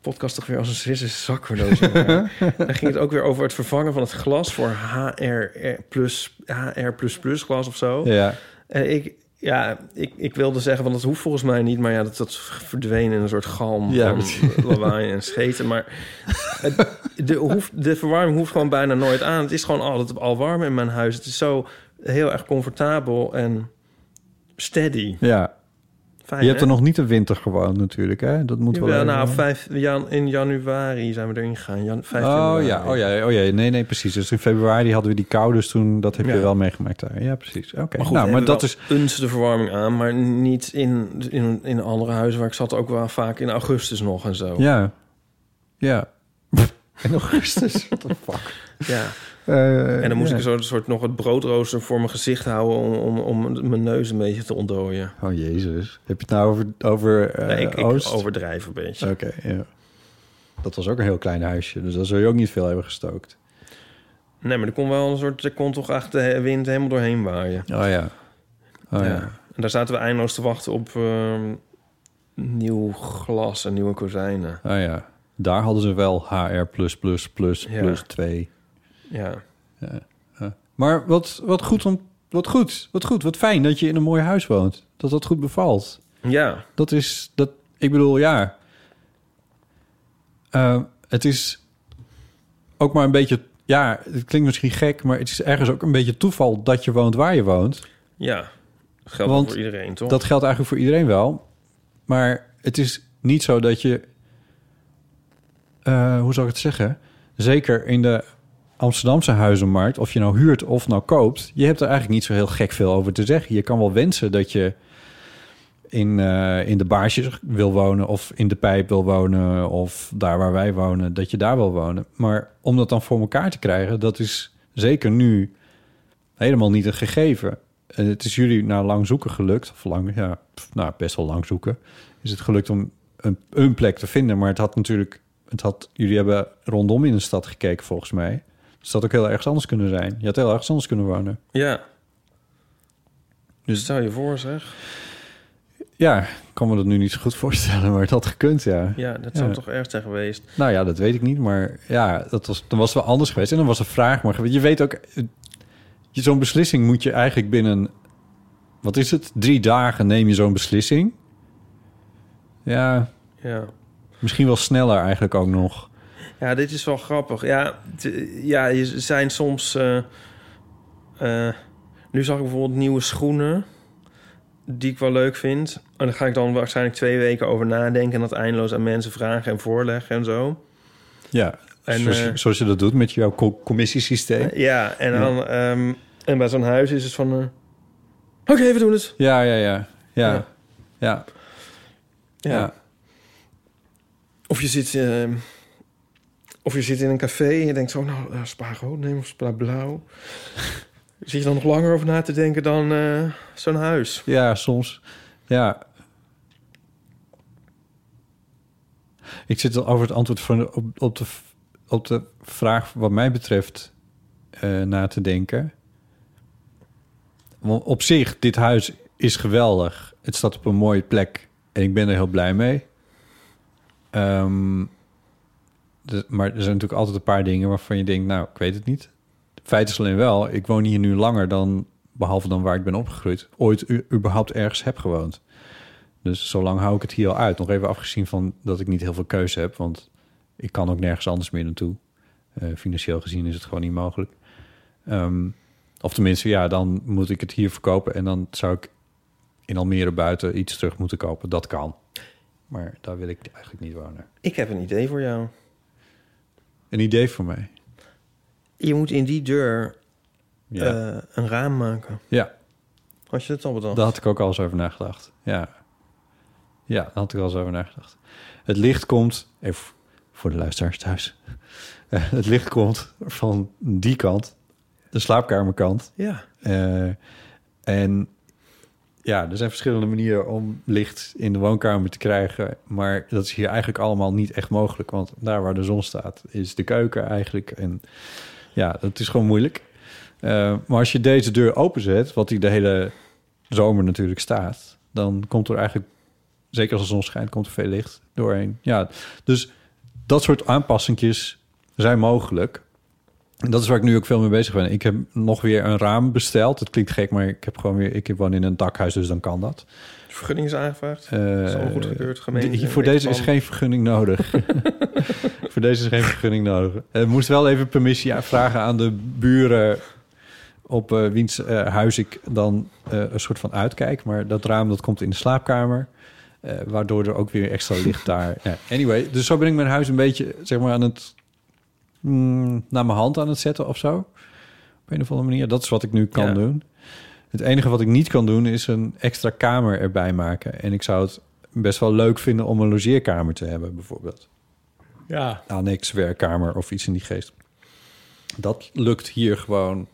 Speaker 4: podcast toch weer als een Zwitserse zakverdoos. in elkaar. Daar ging het ook weer over het vervangen van het glas voor HR plus, HR glas of zo.
Speaker 3: Ja.
Speaker 4: En Eh, ik, ja, ik, ik wilde zeggen, want dat hoeft volgens mij niet. Maar ja, dat, dat verdween in een soort galm
Speaker 3: Ja,
Speaker 4: van
Speaker 3: precies.
Speaker 4: lawaai en scheten. Maar het- de, hoeft, de verwarming hoeft gewoon bijna nooit aan. Het is gewoon altijd al warm in mijn huis. Het is zo heel erg comfortabel en steady.
Speaker 3: ja.
Speaker 4: Fijn,
Speaker 3: Je hebt
Speaker 4: hè?
Speaker 3: er nog niet de winter gewoond natuurlijk, hè? Dat moet wel
Speaker 4: Jawel,
Speaker 3: even-
Speaker 4: nou, vijf, jan, in januari zijn we erin gegaan. Jan, 5
Speaker 3: Oh
Speaker 4: januari.
Speaker 3: ja, oh ja, oh ja, nee, nee, precies. Dus in februari hadden we die kou, dus toen, dat heb
Speaker 4: Ja.
Speaker 3: je wel meegemaakt daar. Ja, precies. Oké,
Speaker 4: Maar goed,
Speaker 3: nou, maar dat is...
Speaker 4: Eens de verwarming aan, maar niet in, in, in andere huizen waar ik zat. Ook wel vaak in augustus nog en zo.
Speaker 3: Ja. Ja. In augustus. What the fuck.
Speaker 4: Ja.
Speaker 3: Eh,
Speaker 4: En dan moest ik zo'n soort nog het broodrooster voor mijn gezicht houden om, om, om mijn neus een beetje te ontdooien.
Speaker 3: Oh, jezus. Heb je het nou over, over eh,
Speaker 4: Nee, ik, ik
Speaker 3: Oost? Eh.
Speaker 4: overdrijf een beetje.
Speaker 3: Oké, ja. Dat was ook een heel klein huisje, dus daar zou je ook niet veel hebben gestookt.
Speaker 4: Nee, maar er kon wel een soort... Er kon toch echt de wind helemaal doorheen waaien.
Speaker 3: Oh ja. Oh ja.
Speaker 4: Ja. En daar zaten we eindeloos te wachten op ehm, nieuw glas en nieuwe kozijnen.
Speaker 3: Oh ja. Daar hadden ze wel HR+++++,
Speaker 4: Ja.
Speaker 3: plus 2.
Speaker 4: Ja.
Speaker 3: Maar wat, wat goed om... Wat goed, wat goed, wat fijn dat je in een mooi huis woont. Dat dat goed bevalt.
Speaker 4: Ja.
Speaker 3: Dat is... Dat, ik bedoel, ja. Eh, het is ook maar een beetje... Ja, het klinkt misschien gek, maar het is ergens ook een beetje toeval dat je woont waar je woont.
Speaker 4: Ja. Dat geldt
Speaker 3: Want
Speaker 4: voor iedereen, toch?
Speaker 3: Dat geldt eigenlijk voor iedereen wel. Maar het is niet zo dat je... eh, hoe zou ik het zeggen? Zeker in de Amsterdamse huizenmarkt, of je nou huurt of nou koopt... je hebt er eigenlijk niet zo heel gek veel over te zeggen. Je kan wel wensen dat je in, eh, in de baarsjes wil wonen... of in de pijp wil wonen, of daar waar wij wonen... dat je daar wil wonen. Maar om dat dan voor elkaar te krijgen... dat is zeker nu helemaal niet een gegeven. En het is jullie na lang zoeken gelukt, of lang, ja, pff, nou, best wel lang zoeken, is het gelukt om een, een plek te vinden. Maar het had natuurlijk, het had, jullie hebben rondom in de stad gekeken volgens mij. Dus het had ook heel ergens anders kunnen zijn. Je had heel ergens anders kunnen wonen.
Speaker 4: Ja.
Speaker 3: Dus-
Speaker 4: Dus stel je voor, zeg.
Speaker 3: Ja, ik kan me dat nu niet zo goed voorstellen, maar het had gekund, ja.
Speaker 4: Ja, dat zou
Speaker 3: Ja.
Speaker 4: toch erg zijn geweest.
Speaker 3: Nou ja, dat weet ik niet, maar ja, dat was, dan was het wel anders geweest. En dan was de vraag maar geweest. Je weet ook, eh, je- zo'n beslissing moet je eigenlijk binnen, wat is het, drie dagen neem je zo'n beslissing. Ja,
Speaker 4: Ja.
Speaker 3: Misschien wel sneller eigenlijk ook nog.
Speaker 4: Ja, dit is wel grappig. Ja, t- ja je z- zijn soms... eh, eh, nu zag ik bijvoorbeeld nieuwe schoenen... die ik wel leuk vind. En daar ga ik dan waarschijnlijk twee weken over nadenken... en dat eindeloos aan mensen vragen en voorleggen en zo.
Speaker 3: Ja,
Speaker 4: En,
Speaker 3: zoals,
Speaker 4: eh,
Speaker 3: zoals je dat doet met jouw co- commissiesysteem.
Speaker 4: Ja, en, dan, ehm, en bij zo'n huis is het van... eh, Oké, we doen het.
Speaker 3: Ja, ja, ja. Ja, ja.
Speaker 4: Ja.
Speaker 3: ja.
Speaker 4: Of je zit... ehm, of je zit in een café en je denkt zo, nou, eh, spa rood nemen of spa blauw. Zit je dan nog langer over na te denken dan eh, zo'n huis?
Speaker 3: Ja, soms. Ja. Ik zit al over het antwoord van, op, op, de, v- op de vraag wat mij betreft eh, na te denken. Want op zich, dit huis is geweldig. Het staat op een mooie plek en ik ben er heel blij mee. Ehm, de- maar er zijn natuurlijk altijd een paar dingen waarvan je denkt, nou, ik weet het niet. Feit is alleen wel, ik woon hier nu langer dan, behalve dan waar ik ben opgegroeid, ooit u- überhaupt ergens heb gewoond. Dus zolang hou ik het hier al uit. Nog even afgezien van dat ik niet heel veel keuze heb, want ik kan ook nergens anders meer naartoe. Eh, financieel gezien is het gewoon niet mogelijk. Ehm, of tenminste, ja, dan moet ik het hier verkopen en dan zou ik in Almere buiten iets terug moeten kopen. Dat kan. Maar daar wil ik eigenlijk niet wonen.
Speaker 4: Ik heb een idee voor jou.
Speaker 3: Een idee voor mij.
Speaker 4: Je moet in die deur
Speaker 3: Ja,
Speaker 4: eh, een raam maken.
Speaker 3: ja
Speaker 4: Had je dat al bedacht?
Speaker 3: Daar had ik ook al eens over nagedacht. Ja. Ja, daar had ik al eens over nagedacht. Het licht komt, even voor de luisteraars thuis. Eh, Het licht komt van die kant, de slaapkamerkant.
Speaker 4: Ja.
Speaker 3: Eh, en ja, er zijn verschillende manieren om licht in de woonkamer te krijgen. Maar dat is hier eigenlijk allemaal niet echt mogelijk. Want daar waar de zon staat, is de keuken eigenlijk. En ja, dat is gewoon moeilijk. Eh, maar als je deze deur openzet, wat die de hele zomer natuurlijk staat, dan komt er eigenlijk, zeker als de zon schijnt, komt er veel licht doorheen. Ja, dus dat soort aanpassingjes zijn mogelijk. En dat is waar ik nu ook veel mee bezig ben. Ik heb nog weer een raam besteld. Het klinkt gek, maar ik heb gewoon weer. Ik woon in een dakhuis, dus dan kan dat.
Speaker 4: De vergunning is aangevraagd.
Speaker 3: Eh,
Speaker 4: is al goed gekeurd, eh, gemeente.
Speaker 3: de- hier- voor deze is geen vergunning nodig. voor deze is geen vergunning nodig. Er moest wel even permissie a- vragen aan de buren. op eh, wiens eh, huis ik dan eh, een soort van uitkijk. Maar dat raam dat komt in de slaapkamer. eh, waardoor er ook weer extra licht daar. Ja, anyway, dus zo ben ik mijn huis een beetje zeg maar aan het. mm, naar mijn hand aan het zetten of zo. Op een of andere manier. Dat is wat ik nu kan
Speaker 4: Ja.
Speaker 3: doen. Het enige wat ik niet kan doen is een extra kamer erbij maken. En ik zou het best wel leuk vinden om een logeerkamer te hebben, bijvoorbeeld.
Speaker 4: Ja.
Speaker 3: Annex, werkkamer of iets in die geest. Dat lukt hier gewoon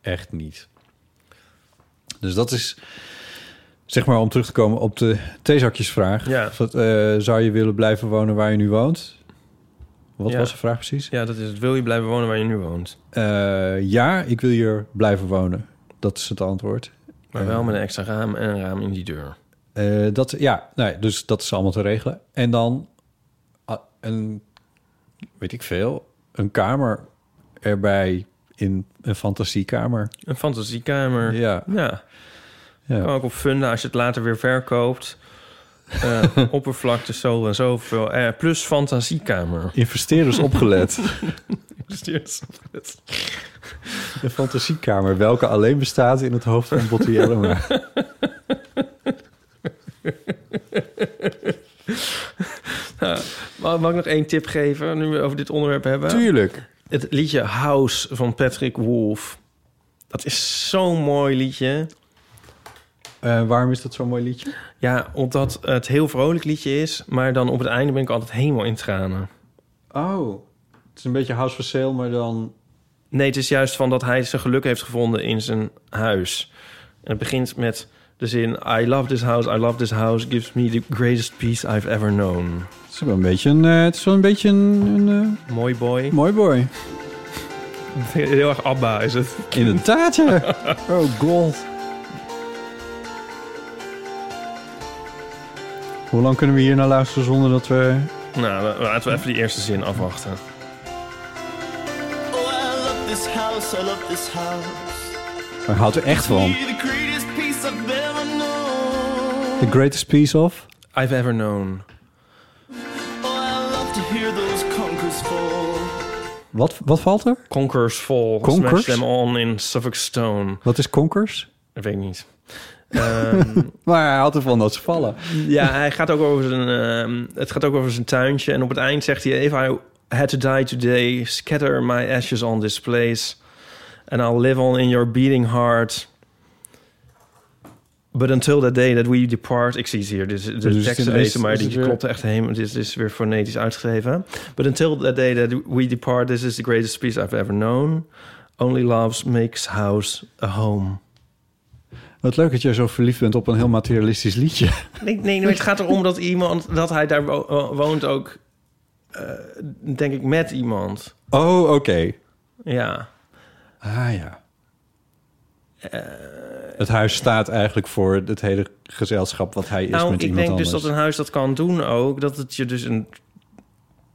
Speaker 3: echt niet. Dus dat is, zeg maar, om terug te komen op de theezakjesvraag.
Speaker 4: Ja.
Speaker 3: Of dat, eh, zou je willen blijven wonen waar je nu woont? Wat
Speaker 4: Ja.
Speaker 3: was de vraag precies?
Speaker 4: Ja, dat is het. Wil je blijven wonen waar je nu woont?
Speaker 3: Eh, ja, ik wil hier blijven wonen. Dat is het antwoord.
Speaker 4: Maar wel met een extra raam en een raam in die deur.
Speaker 3: Eh, dat, ja, nee, dus dat is allemaal te regelen. En dan ah, een, weet ik veel, een kamer erbij in een fantasiekamer.
Speaker 4: Een fantasiekamer.
Speaker 3: Ja,
Speaker 4: Ja.
Speaker 3: ja.
Speaker 4: Kan ook op funda als je het later weer verkoopt. Eh, oppervlakte zo en zoveel. Eh, plus fantasiekamer.
Speaker 3: Investeerders opgelet.
Speaker 4: Stuurt-
Speaker 3: Een fantasiekamer, welke alleen bestaat in het hoofd van Botti Jellema.
Speaker 4: Mag, mag ik nog één tip geven, nu we over dit onderwerp hebben?
Speaker 3: Tuurlijk.
Speaker 4: Het liedje House van Patrick Wolf. Dat is zo'n mooi liedje.
Speaker 3: Eh, waarom is dat zo'n mooi liedje?
Speaker 4: Ja, omdat het heel vrolijk liedje is... maar dan op het einde ben ik altijd helemaal in tranen.
Speaker 3: Oh, het is een beetje House for Sale, maar dan...
Speaker 4: Nee, het is juist van dat hij zijn geluk heeft gevonden in zijn huis. En het begint met de zin... I love this house, I love this house... gives me the greatest peace I've ever known.
Speaker 3: Het is wel een beetje een, eh, het is wel een, beetje een, een,
Speaker 4: Mooi boy.
Speaker 3: eh, mooi boy.
Speaker 4: Heel erg Abba is het.
Speaker 3: Inderdaad, ja. Oh god. Hoe lang kunnen we hier naar luisteren zonder dat we...
Speaker 4: Nou, laten we even die eerste zin afwachten.
Speaker 5: Oh, I love this house, I love this house.
Speaker 3: Daar houdt er echt van.
Speaker 5: You're the greatest piece I've ever known.
Speaker 3: The greatest piece of...
Speaker 4: I've ever known.
Speaker 5: Oh, I love to hear those conkers fall.
Speaker 3: Wat, wat valt er?
Speaker 4: Conkers vol.
Speaker 3: Conkers?
Speaker 4: Smash them on in Suffolk Stone.
Speaker 3: Wat is Conkers?
Speaker 4: Dat weet ik niet. Ehm,
Speaker 3: Maar hij houdt ervan dat ze vallen.
Speaker 4: ja, hij gaat ook over zijn, ehm, het gaat ook over zijn tuintje. En op het eind zegt hij... If I had to die today, scatter my ashes on this place. And I'll live on in your beating heart. But until that day that we depart... Ik zie het hier, dus de
Speaker 3: Dus het
Speaker 4: tekst
Speaker 3: is
Speaker 4: lezen, maar
Speaker 3: is
Speaker 4: die
Speaker 3: het weer-
Speaker 4: klopt echt helemaal. Dit is weer fonetisch uitgegeven. But until that day that we depart, this is the greatest peace I've ever known. Only love makes house a home.
Speaker 3: Wat leuk dat jij zo verliefd bent op een heel materialistisch liedje.
Speaker 4: Nee, nee, nee, het gaat erom dat iemand, dat hij daar wo- wo- woont ook, eh, denk ik, met iemand.
Speaker 3: Oh, oké.
Speaker 4: Ja.
Speaker 3: Ah ja. Eh. het huis staat eigenlijk voor het hele gezelschap wat hij is
Speaker 4: nou,
Speaker 3: met
Speaker 4: ik
Speaker 3: iemand
Speaker 4: denk
Speaker 3: anders.
Speaker 4: dus dat een huis dat kan doen ook, dat het je dus een...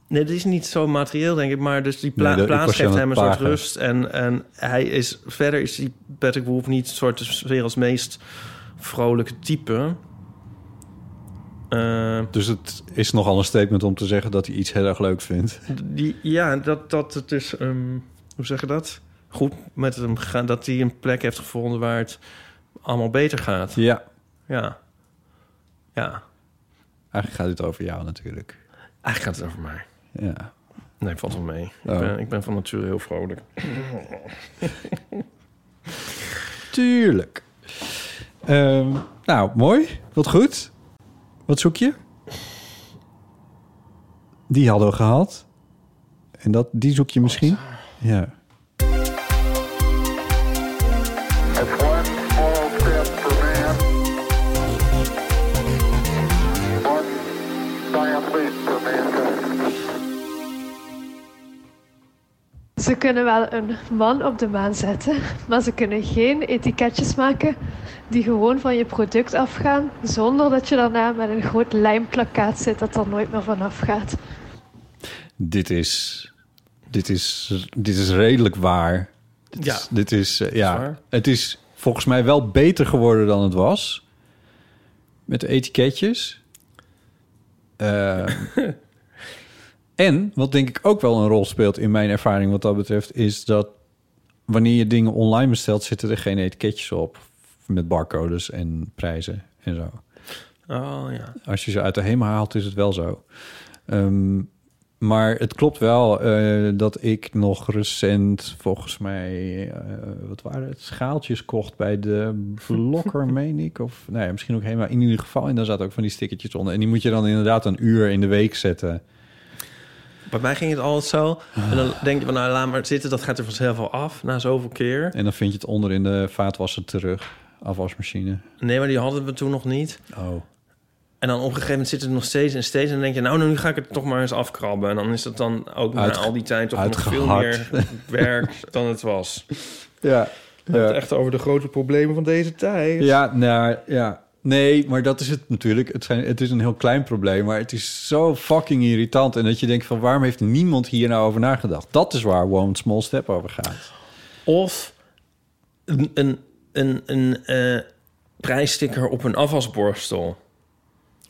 Speaker 4: Nee, dat is niet zo materieel, denk ik, maar dus die pla-
Speaker 3: Nee, dat- ik
Speaker 4: plaats
Speaker 3: was je
Speaker 4: geeft
Speaker 3: aan
Speaker 4: hem een
Speaker 3: het
Speaker 4: soort
Speaker 3: plagen.
Speaker 4: rust. En, en hij is, verder is die Patrick Wolf niet een soort dus weer als meest vrolijke type. Eh,
Speaker 3: Dus het is nogal een statement om te zeggen dat hij iets heel erg leuk vindt.
Speaker 4: Die, ja, dat, dat het dus, ehm, hoe zeg je dat? Goed met hem gaan, dat hij een plek heeft gevonden waar het allemaal beter gaat.
Speaker 3: Ja.
Speaker 4: Ja. Ja.
Speaker 3: Eigenlijk gaat het over jou natuurlijk.
Speaker 4: Eigenlijk gaat het over mij.
Speaker 3: Ja.
Speaker 4: Nee, valt wel mee.
Speaker 3: Oh.
Speaker 4: Ik, ben, ik ben van nature heel vrolijk.
Speaker 3: Tuurlijk. Ehm, nou, mooi. Wat goed. Wat zoek je? Die hadden we gehad. En dat, die zoek je misschien? Ja.
Speaker 6: It's one small step for man, one giant leap for mankind.
Speaker 7: Ze kunnen wel een man op de maan zetten, maar ze kunnen geen etiketjes maken die gewoon van je product afgaan, zonder dat je daarna met een groot lijmplakkaat zit dat er nooit meer vanaf gaat.
Speaker 3: Dit is, dit is, dit is redelijk waar. Dit
Speaker 4: Ja.
Speaker 3: Is, dit is, eh, ja.
Speaker 4: waar.
Speaker 3: Het is volgens mij wel beter geworden dan het was. Met de etiketjes. Eh, en wat denk ik ook wel een rol speelt in mijn ervaring wat dat betreft, is dat wanneer je dingen online bestelt, zitten er geen etiketjes op. Met barcodes en prijzen en zo.
Speaker 4: Oh ja.
Speaker 3: Als je ze uit de hemel haalt, is het wel zo. Ehm, maar het klopt wel eh, dat ik nog recent, volgens mij, eh, wat waren het? Schaaltjes kocht bij de blokker, meen ik. Of nou ja, misschien ook helemaal in ieder geval. En daar zaten ook van die stickertjes onder. En die moet je dan inderdaad een uur in de week zetten.
Speaker 4: Bij mij ging het altijd zo. En dan denk je van, nou laat maar zitten, dat gaat er vanzelf wel af. Na zoveel keer.
Speaker 3: En dan vind je het onder in de vaatwasser terug. Afwasmachine.
Speaker 4: Nee, maar die hadden we toen nog niet.
Speaker 3: Oh.
Speaker 4: En dan op een gegeven moment zit het nog steeds en steeds. En dan denk je, nou, nu ga ik het toch maar eens afkrabben. En dan is dat dan ook na
Speaker 3: Uitge-
Speaker 4: al die tijd toch nog
Speaker 3: uitgehard.
Speaker 4: veel meer werk dan het was.
Speaker 3: Ja.
Speaker 4: Het echt over de grote problemen van deze tijd.
Speaker 3: Ja, nou, ja. Nee, maar dat is het natuurlijk. Het, zijn, het is een heel klein probleem, maar het is zo fucking irritant. En dat je denkt van, waarom heeft niemand hier nou over nagedacht? Dat is waar One Small Step over gaat.
Speaker 4: Of een, een, een, een eh, prijssticker op een afwasborstel.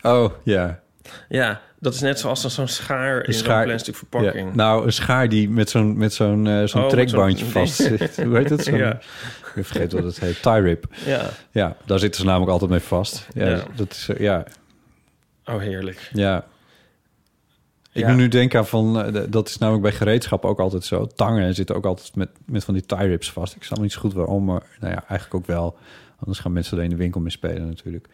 Speaker 3: Oh, ja.
Speaker 4: Ja, dat is net zoals dan zo'n schaar in zo'n
Speaker 3: schaar-
Speaker 4: plastic verpakking.
Speaker 3: Ja, Nou, een schaar die met zo'n met zo'n eh, zo'n
Speaker 4: Oh, met
Speaker 3: trekbandje
Speaker 4: zo'n-
Speaker 3: vast zit. Hoe heet dat? Zo'n-
Speaker 4: Ja.
Speaker 3: Ik vergeet wat het heet. Tie rip.
Speaker 4: ja.
Speaker 3: Ja, daar zitten ze namelijk altijd mee vast. Ja,
Speaker 4: Ja.
Speaker 3: Dat is, eh, ja,
Speaker 4: Oh, heerlijk.
Speaker 3: Ja. Ik
Speaker 4: Ja.
Speaker 3: moet nu denken aan van... eh, de- dat is namelijk bij gereedschap ook altijd zo. Tangen zitten ook altijd met, met van die tie-rips vast. Ik snap niet zo goed waarom, maar nou ja, eigenlijk ook wel. Anders gaan mensen er in de winkel mee spelen natuurlijk.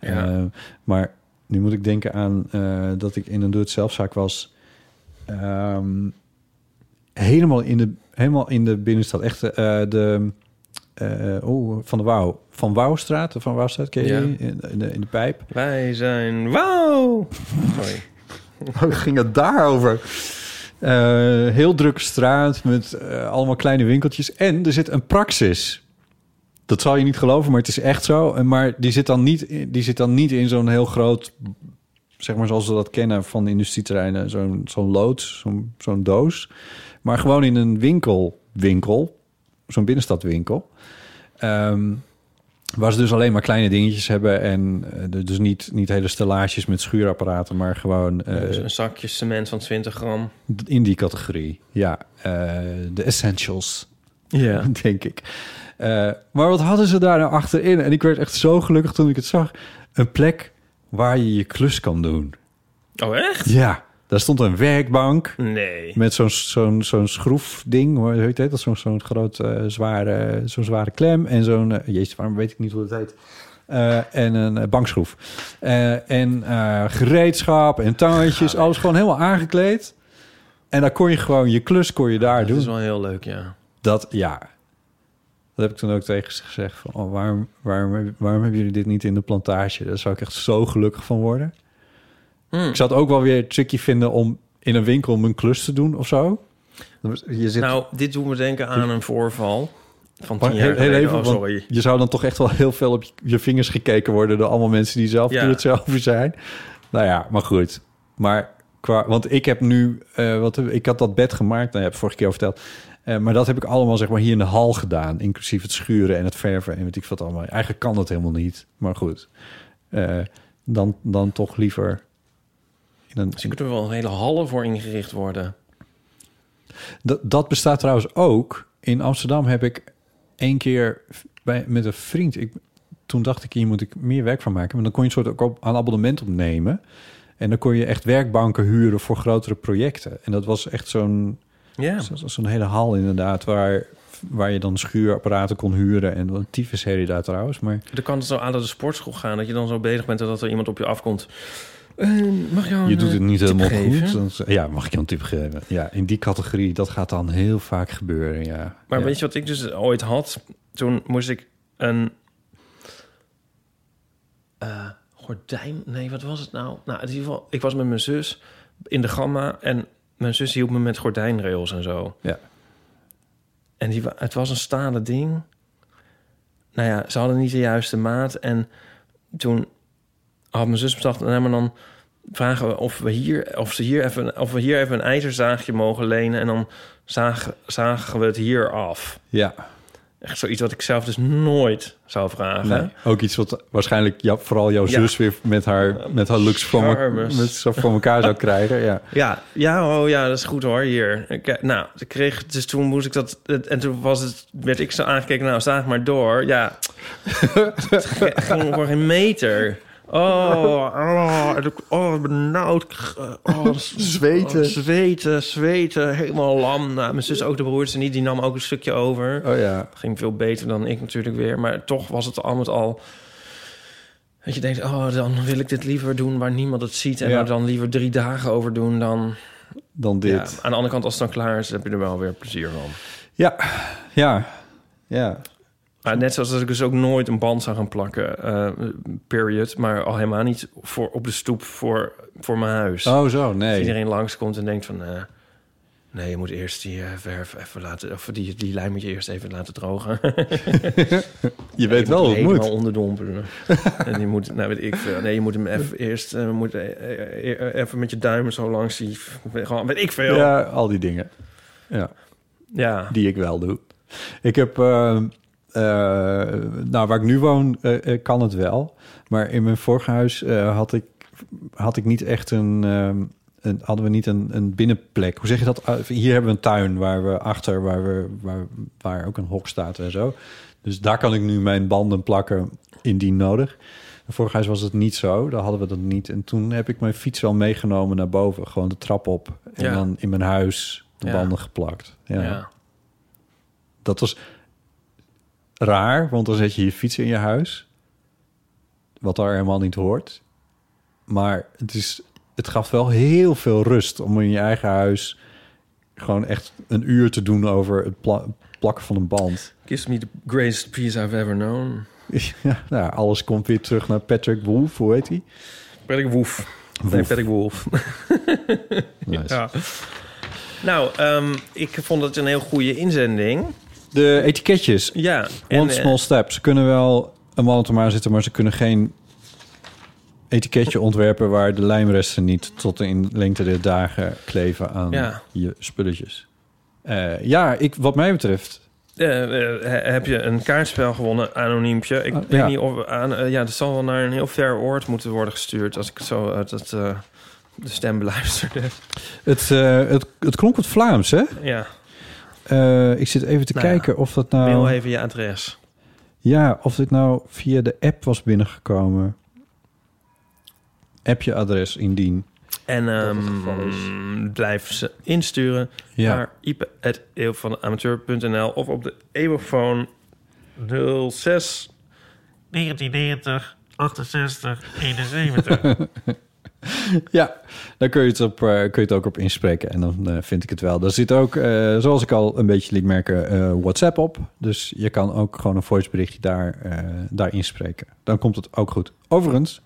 Speaker 4: Ja.
Speaker 3: Eh, maar nu moet ik denken aan eh, dat ik in een doe-het-zelfzaak was... Ehm, helemaal, in de, helemaal in de binnenstad. Echt eh, de... eh, oh, van de Wouw. Van Wouwstraat, van Wouwstraat, ken je
Speaker 4: Ja.
Speaker 3: die? In, in de, in de pijp.
Speaker 4: Wij zijn... Wauw! Sorry.
Speaker 3: Hoe ging het daarover? Eh, heel drukke straat met eh, allemaal kleine winkeltjes. En er zit een praxis. Dat zal je niet geloven, maar het is echt zo. En Maar die zit dan niet, in- die zit dan niet in zo'n heel groot... zeg maar zoals we dat kennen van industrieterreinen. Zo'n zo'n loods, zo'n zo'n doos. Maar gewoon in een winkel, winkel. Zo'n binnenstadwinkel. Ehm, Waar ze dus alleen maar kleine dingetjes hebben. En eh, dus niet, niet hele stellages met schuurapparaten, maar gewoon... eh,
Speaker 4: Dus een zakje cement van 20 gram.
Speaker 3: in die categorie, ja. eh, De essentials,
Speaker 4: Ja.
Speaker 3: denk ik. Eh, maar wat hadden ze daar nou achterin? En ik werd echt zo gelukkig toen ik het zag. Een plek waar je je klus kan doen.
Speaker 4: Oh, echt?
Speaker 3: Ja, daar stond een werkbank
Speaker 4: Nee.
Speaker 3: met zo'n zo'n zo'n schroefding. Hoe heet dat? Zo'n zo'n groot, eh, zware, zo'n zware klem. En zo'n... eh, jezus, waarom weet ik niet hoe dat heet? Eh, en een eh, bankschroef. Eh, en eh, gereedschap en tangetjes. Alles gewoon helemaal aangekleed. En dan kon je gewoon je klus kon je daar
Speaker 4: Dat
Speaker 3: doen.
Speaker 4: is wel heel leuk, ja.
Speaker 3: Dat ja. Dat heb ik toen ook tegen ze gezegd. Van, oh, waarom, waarom, waarom hebben jullie dit niet in de plantage? Daar zou ik echt zo gelukkig van worden.
Speaker 4: Hmm.
Speaker 3: Ik zou het ook wel weer tricky vinden om in een winkel mijn klus te doen of zo. Je zit
Speaker 4: Nou, dit doet me denken aan een voorval van
Speaker 3: Maar
Speaker 4: tien jaar
Speaker 3: heel, heel
Speaker 4: geleden.
Speaker 3: even,
Speaker 4: oh,
Speaker 3: want
Speaker 4: sorry.
Speaker 3: je zou dan toch echt wel heel veel op je, je vingers gekeken worden door allemaal mensen die zelf
Speaker 4: Ja.
Speaker 3: ja. hetzelfde zijn. Nou ja, maar goed. Maar qua, want ik heb nu, eh, wat, ik had dat bed gemaakt, nou, heb ik vorige keer al verteld. Eh, maar dat heb ik allemaal zeg maar hier in de hal gedaan, inclusief het schuren en het verven en weet ik wat allemaal. Eigenlijk kan dat helemaal niet, maar goed. Eh, dan, dan toch liever. In een,
Speaker 4: Dus je kunt er wel een hele hallen voor ingericht worden.
Speaker 3: Dat, dat bestaat trouwens ook. In Amsterdam heb ik één keer bij, met een vriend... Ik, toen dacht ik, hier moet ik meer werk van maken. Maar dan kon je een soort ook op, aan abonnement opnemen. En dan kon je echt werkbanken huren voor grotere projecten. En dat was echt zo'n
Speaker 4: Ja.
Speaker 3: zo- zo- zo'n hele hal inderdaad... Waar, waar je dan schuurapparaten kon huren. En wat een tyfusherrie daar trouwens. Maar
Speaker 4: Dan kan het zo aan de sportschool gaan dat je dan zo bezig bent en dat er iemand op je afkomt. Eh, mag jou
Speaker 3: je
Speaker 4: een,
Speaker 3: doet
Speaker 4: eh,
Speaker 3: het niet
Speaker 4: tip
Speaker 3: helemaal
Speaker 4: geven?
Speaker 3: goed. Dan z- ja, mag ik je een tip geven? Ja, in die categorie, dat gaat dan heel vaak gebeuren, ja.
Speaker 4: Maar
Speaker 3: ja.
Speaker 4: weet je wat ik dus ooit had? Toen moest ik een eh, gordijn. Nee, wat was het nou? Nou, in ieder geval, ik was met mijn zus in de gamma en mijn zus hielp me met gordijnrails en zo.
Speaker 3: Ja.
Speaker 4: En die, wa- het was een stalen ding. Nou ja, ze hadden niet de juiste maat. En toen had mijn zus bedacht, nou, maar dan vragen we of we hier, of ze hier even, of we hier even een ijzerzaagje mogen lenen. En dan zagen, zagen we het hier af.
Speaker 3: Ja.
Speaker 4: Echt zoiets wat ik zelf dus nooit zou vragen.
Speaker 3: Nee, ook iets wat waarschijnlijk jou- vooral jouw
Speaker 4: Ja.
Speaker 3: zus weer met haar, met haar looks voor, me-
Speaker 4: Charmes.
Speaker 3: met, zo voor elkaar zou krijgen. Ja.
Speaker 4: Ja, ja, oh ja, dat is goed hoor, hier. Ik, nou, ik kreeg, dus toen moest ik dat... het- En toen was het, werd ik zo aangekeken, nou, zaag maar door. Ja, het ge- ging voor geen meter. Oh, oh, en ik- oh, benauwd. Oh, zweten. zweten, zweten, helemaal lam. Nou, mijn zus ook de broertje niet, die nam ook een stukje over.
Speaker 3: Oh ja.
Speaker 4: ging veel beter dan ik natuurlijk weer. Maar toch was het al met al... Dat je denkt, oh, dan wil ik dit liever doen waar niemand het ziet. En
Speaker 3: Ja.
Speaker 4: er dan liever drie dagen over doen dan...
Speaker 3: Dan
Speaker 4: Ja,
Speaker 3: dit.
Speaker 4: aan de andere kant, als het dan klaar is, heb je er wel weer plezier van.
Speaker 3: Ja. Ja. Ja.
Speaker 4: Maar net zoals dat ik dus ook nooit een band zou gaan plakken, eh, period. Maar al helemaal niet voor, op de stoep voor, voor mijn huis.
Speaker 3: Oh, zo,
Speaker 4: Als
Speaker 3: nee.
Speaker 4: iedereen langskomt en denkt van... eh, nee, je moet eerst die eh, verf even laten... Of die, die lijm moet je eerst even laten drogen.
Speaker 3: Je weet wel hoe het
Speaker 4: moet. Helemaal
Speaker 3: moet.
Speaker 4: onderdompelen. en je moet, nou weet ik veel. Nee, je moet hem even eerst... eh, moet, eh, eh, eh, even met je duimen zo langs die... Gewoon, weet ik veel.
Speaker 3: Ja, al die dingen. Ja.
Speaker 4: ja.
Speaker 3: die ik wel doe. Ik heb, eh, eh, nou waar ik nu woon, eh, eh, kan het wel. Maar in mijn vorige huis eh, had, ik, had ik niet echt een, ehm, een hadden we niet een, een binnenplek. Hoe zeg je dat? Eh, Hier hebben we een tuin waar we achter, waar, we, waar, waar ook een hok staat en zo. Dus daar kan ik nu mijn banden plakken indien nodig. En Vorig huis was het niet zo, daar hadden we dat niet. En toen heb ik mijn fiets wel meegenomen naar boven, gewoon de trap op. En
Speaker 4: Ja.
Speaker 3: dan in mijn huis de
Speaker 4: Ja.
Speaker 3: banden geplakt. ja.
Speaker 4: ja.
Speaker 3: Dat was raar, want dan zet je je fiets in je huis. Wat daar helemaal niet hoort. Maar het, is, het gaf wel heel veel rust om in je eigen huis gewoon echt een uur te doen over het pla- plakken van een band.
Speaker 4: Gives me the greatest peace I've ever known.
Speaker 3: Ja, nou, alles komt weer terug naar Patrick Wolf, hoe heet hij?
Speaker 4: Patrick Wolf. Nee, Patrick Wolf.
Speaker 3: Nice.
Speaker 4: Ja. Nou, ehm, ik vond het een heel goede inzending.
Speaker 3: De etiketjes,
Speaker 4: Ja.
Speaker 3: One
Speaker 4: eh,
Speaker 3: small step. Ze kunnen wel een man op de maan zitten, maar ze kunnen geen etiketje ontwerpen waar de lijmresten niet tot in lengte der dagen kleven aan
Speaker 4: Ja.
Speaker 3: je spulletjes. Eh, ja, ik, wat mij betreft.
Speaker 4: eh, eh, he- heb je een kaartspel gewonnen, anoniempje. Ik
Speaker 3: Ah,
Speaker 4: weet
Speaker 3: ja.
Speaker 4: niet of... we Aan, eh, ja, dat zal wel naar een heel ver oord moeten worden gestuurd... als ik zo uit het, eh, de stem beluisterde.
Speaker 3: Het, eh, het, het klonk wat Vlaams, hè?
Speaker 4: Ja,
Speaker 3: Eh, ik zit even te
Speaker 4: Nou ja,
Speaker 3: kijken of dat nou.
Speaker 4: mail even je adres.
Speaker 3: Ja, of dit nou via de app was binnengekomen. App je adres indien.
Speaker 4: En
Speaker 3: het geval
Speaker 4: ehm, blijf ze insturen
Speaker 3: Ja.
Speaker 4: naar ipe.eeuwvanamateur.nl... of op de eeuwfoon 06...
Speaker 8: 1990, 68, 71.
Speaker 3: Ja, daar kun je, het op, eh, kun je het ook op inspreken. En dan eh, vind ik het wel. Daar zit ook, eh, zoals ik al een beetje liet merken, eh, WhatsApp op. Dus je kan ook gewoon een voiceberichtje daar, eh, daar inspreken. Dan komt het ook goed. Overigens,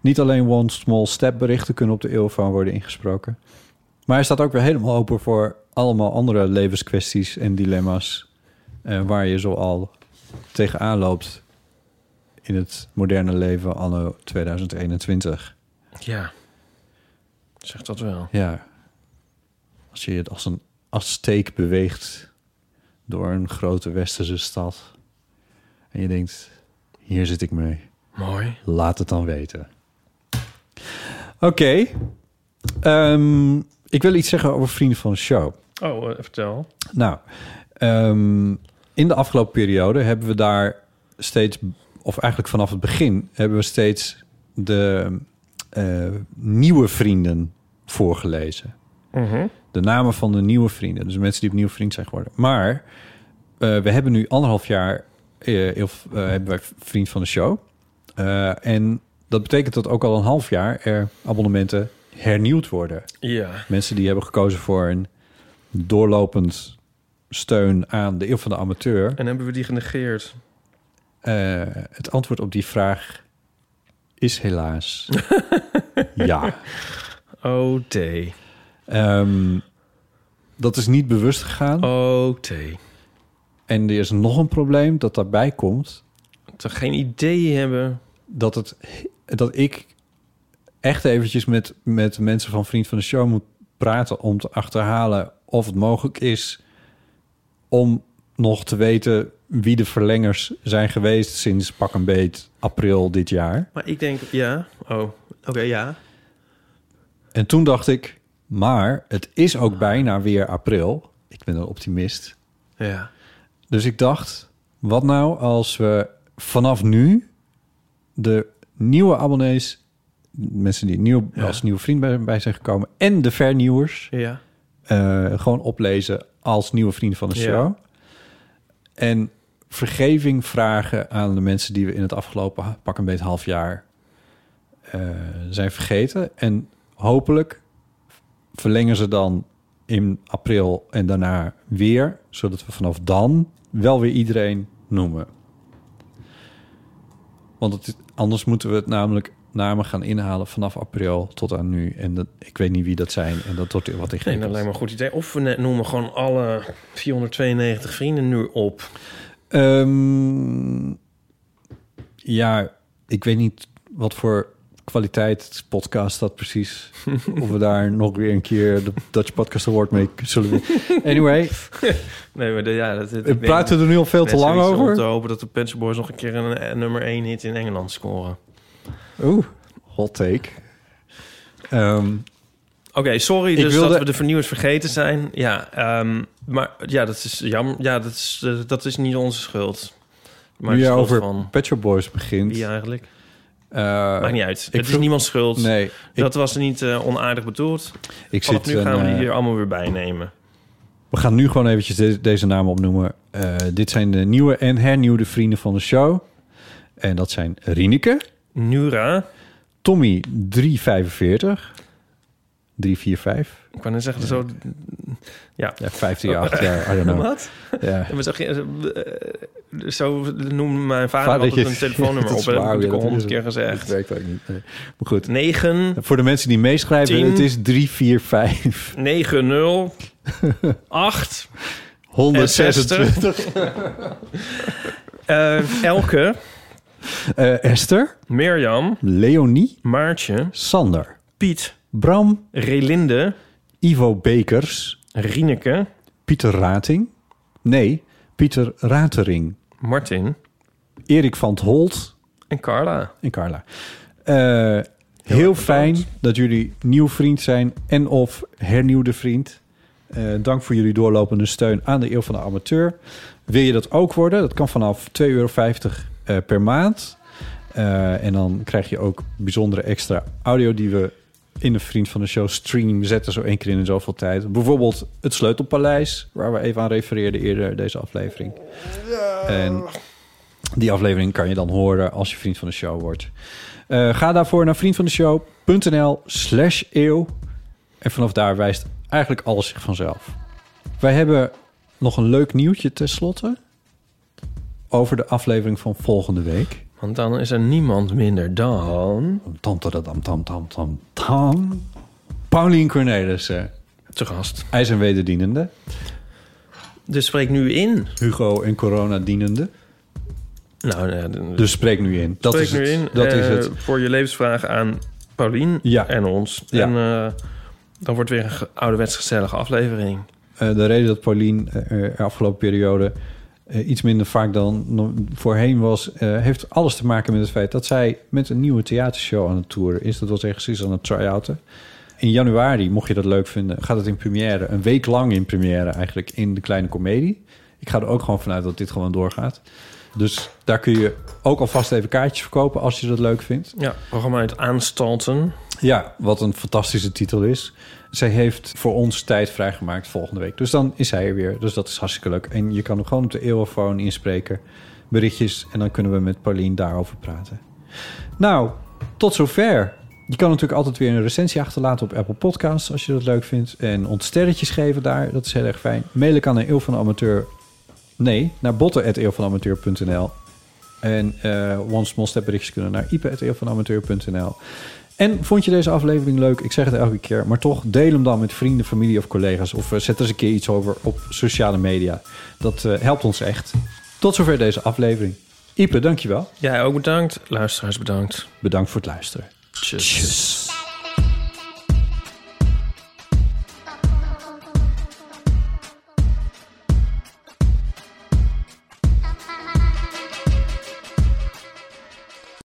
Speaker 3: niet alleen One Small Step berichten kunnen op de eeuwfoon worden ingesproken. Maar hij staat ook weer helemaal open voor allemaal andere levenskwesties en dilemma's... eh, waar je zoal tegenaan loopt in het moderne leven anno 2021.
Speaker 4: Ja, zeg dat wel.
Speaker 3: Ja. Als je het als een Azteek beweegt door een grote westerse stad. En je denkt, hier zit ik mee.
Speaker 4: Mooi.
Speaker 3: Laat het dan weten. Oké. Ehm, ik wil iets zeggen over vrienden van de show.
Speaker 4: Oh, eh, vertel.
Speaker 3: Nou, ehm, in de afgelopen periode hebben we daar steeds, of eigenlijk vanaf het begin, hebben we steeds de eh, nieuwe vrienden voorgelezen. De namen van de nieuwe vrienden. Dus mensen die opnieuw vriend zijn geworden. Maar eh, we hebben nu anderhalf jaar eh, of, eh, hebben wij vriend van de show. Eh, en dat betekent dat ook al een half jaar er abonnementen hernieuwd worden.
Speaker 4: Ja.
Speaker 3: Mensen die hebben gekozen voor een doorlopend steun aan de eeuw van de amateur.
Speaker 4: En hebben we die genegeerd?
Speaker 3: Eh, het antwoord op die vraag is helaas ja.
Speaker 4: OT.
Speaker 3: Ehm, dat is niet bewust gegaan.
Speaker 4: Oh. OT.
Speaker 3: En er is nog een probleem dat daarbij komt.
Speaker 4: Dat we geen idee hebben.
Speaker 3: Dat, het, dat ik echt eventjes met, met mensen van Vriend van de Show moet praten... om te achterhalen of het mogelijk is om nog te weten... wie de verlengers zijn geweest sinds pak een beet april dit jaar.
Speaker 4: Maar ik denk, ja. Oh, oké, ja.
Speaker 3: En toen dacht ik, maar het is ook bijna weer april. Ik ben een optimist.
Speaker 4: Ja.
Speaker 3: Dus ik dacht, wat nou als we vanaf nu de nieuwe abonnees, mensen die nieuw, als nieuwe vriend bij, bij zijn gekomen, en de vernieuwers,
Speaker 4: Ja.
Speaker 3: eh, gewoon oplezen als nieuwe vriend van de
Speaker 4: Ja.
Speaker 3: show. En vergeving vragen aan de mensen die we in het afgelopen ha- pak een beetje half jaar eh, zijn vergeten. En hopelijk verlengen ze dan in april en daarna weer, zodat we vanaf dan wel weer iedereen noemen. Want het is- anders moeten we het namelijk namen gaan inhalen vanaf april tot aan nu. En dat, ik weet niet wie dat zijn. En dat wordt wat ik
Speaker 4: Nee, nou, dat lijkt me een goed idee. Of we ne- noemen gewoon alle 492 vrienden nu op.
Speaker 3: Ehm, ja, ik weet niet wat voor kwaliteit podcast dat precies. of we daar nog weer een keer de Dutch Podcast Award mee zullen winnen. Anyway,
Speaker 4: Nee, maar de- ja, dat, dat-
Speaker 3: we
Speaker 4: ik denk-
Speaker 3: praten er nu al veel te
Speaker 4: net
Speaker 3: lang
Speaker 4: zoiets Om te
Speaker 3: over.
Speaker 4: hopen dat de Pet Shop Boys nog een keer een, een nummer 1 hit in Engeland scoren.
Speaker 3: Oeh, hot take. Ehm,
Speaker 4: Oké, sorry
Speaker 3: Ik
Speaker 4: dus
Speaker 3: wilde-
Speaker 4: dat we de vernieuwers vergeten zijn. Ja, ehm, maar ja, dat is jammer. Ja, dat is, eh, dat is niet onze schuld. Maar
Speaker 3: nu
Speaker 4: de
Speaker 3: je
Speaker 4: schuld
Speaker 3: over
Speaker 4: van
Speaker 3: Pet Shop Boys begint.
Speaker 4: wie eigenlijk?
Speaker 3: eh,
Speaker 4: Maakt niet uit. Het is
Speaker 3: vroeg-
Speaker 4: niemands schuld.
Speaker 3: Nee, ik,
Speaker 4: Dat was niet eh, onaardig bedoeld.
Speaker 3: ik
Speaker 4: Vanaf
Speaker 3: zit
Speaker 4: nu gaan
Speaker 3: een,
Speaker 4: we
Speaker 3: eh,
Speaker 4: die hier allemaal weer bijnemen.
Speaker 3: We gaan nu gewoon eventjes de- deze namen opnoemen. Eh, dit zijn de nieuwe en hernieuwde vrienden van de show. En dat zijn Rieneke,
Speaker 4: Nura,
Speaker 3: Tommy 345, 345,
Speaker 4: ik kan net zeggen, zo... Ja.
Speaker 3: ja, 158 jaar, I don't know.
Speaker 4: Oh. Wat?
Speaker 3: Ja.
Speaker 4: We zeggen, eh, eh, Zo noemde mijn vader
Speaker 3: Vader,
Speaker 4: altijd
Speaker 3: je-
Speaker 4: een telefoonnummer
Speaker 3: dat
Speaker 4: op.
Speaker 3: is
Speaker 4: hè. Dat
Speaker 3: waar,
Speaker 4: heb ik
Speaker 3: ja,
Speaker 4: al
Speaker 3: dat
Speaker 4: honderd
Speaker 3: is
Speaker 4: keer
Speaker 3: het.
Speaker 4: gezegd.
Speaker 3: Dat werkt ook niet. nee. Maar goed,
Speaker 4: 9,
Speaker 3: voor de mensen die meeschrijven,
Speaker 4: Tien.
Speaker 3: het is 345,
Speaker 4: 9, 0, 8,
Speaker 3: 126.
Speaker 4: 60. Eh, Elke,
Speaker 3: Eh, Esther,
Speaker 4: Mirjam,
Speaker 3: Leonie,
Speaker 4: Maartje,
Speaker 3: Sander,
Speaker 4: Piet,
Speaker 3: Bram,
Speaker 4: Relinde,
Speaker 3: Ivo Bekers,
Speaker 4: Rieneke,
Speaker 3: Pieter Rating. Nee, Pieter Ratering,
Speaker 4: Martin
Speaker 3: Erik van het Holt,
Speaker 4: en Carla.
Speaker 3: En Carla. Eh, heel fijn dat jullie nieuw vriend zijn en of hernieuwde vriend. Eh, dank voor jullie doorlopende steun aan de Eeuw van de Amateur. Wil je dat ook worden? Dat kan vanaf 2,50 euro eh, per maand. Eh, en dan krijg je ook bijzondere extra audio die we in de Vriend van de Show stream zetten. Zo één keer in de zoveel tijd. Bijvoorbeeld het Sleutelpaleis, waar we even aan refereerden eerder deze aflevering. En die aflevering kan je dan horen als je vriend van de show wordt. Eh, ga daarvoor naar vriendvandeshow.nl slash eeuw. En vanaf daar wijst eigenlijk alles zich vanzelf. Wij hebben nog een leuk nieuwtje tenslotte. Over de aflevering van volgende week.
Speaker 4: Want dan is er niemand minder dan...
Speaker 3: Tam, tadadam, tam, tam, tam, tam. Paulien Cornelissen.
Speaker 4: Te gast.
Speaker 3: IJs- en wederdienende.
Speaker 4: Dus spreek nu in.
Speaker 3: Hugo en corona dienende.
Speaker 4: Nou, eh, d-
Speaker 3: Dus spreek nu in. Dat
Speaker 4: spreek
Speaker 3: is
Speaker 4: nu
Speaker 3: het.
Speaker 4: in.
Speaker 3: Dat
Speaker 4: eh,
Speaker 3: is het.
Speaker 4: Voor je levensvraag aan Paulien
Speaker 3: Ja.
Speaker 4: en ons.
Speaker 3: Ja.
Speaker 4: En eh, dan wordt weer een ge- ouderwets gezellige aflevering.
Speaker 3: Eh, de reden dat Paulien eh, er afgelopen periode eh, iets minder vaak dan no- voorheen was, eh, heeft alles te maken met het feit dat zij met een nieuwe theatershow aan het toeren is. Dat was echt precies aan het try-outen. In januari, mocht je dat leuk vinden, gaat het in première. Een week lang in première eigenlijk in de kleine komedie. Ik ga er ook gewoon vanuit dat dit gewoon doorgaat. Dus daar kun je ook alvast even kaartjes verkopen als je dat leuk vindt.
Speaker 4: Ja, programma uit Aanstalten.
Speaker 3: Ja, wat een fantastische titel is. Zij heeft voor ons tijd vrijgemaakt volgende week. Dus dan is zij er weer. Dus dat is hartstikke leuk. En je kan hem gewoon op de eeuwofoon inspreken. Berichtjes. En dan kunnen we met Paulien daarover praten. Nou, tot zover. Je kan natuurlijk altijd weer een recensie achterlaten op Apple Podcasts... als je dat leuk vindt. En ons sterretjes geven daar. Dat is heel erg fijn. Mailen kan naar eeuw van de amateur... Nee, naar botten.eeuwvanamateur.nl En eh one small step berichtjes kunnen naar ipe.eeuwvanamateur.nl en vond je deze aflevering leuk? Ik zeg het elke keer, maar toch deel hem dan met vrienden, familie of collega's. Of eh, zet er eens een keer iets over op sociale media. Dat eh, helpt ons echt. Tot zover deze aflevering. Ipe, dankjewel.
Speaker 4: Jij ook bedankt. Luisteraars bedankt.
Speaker 3: Bedankt voor het luisteren.
Speaker 4: Tjus.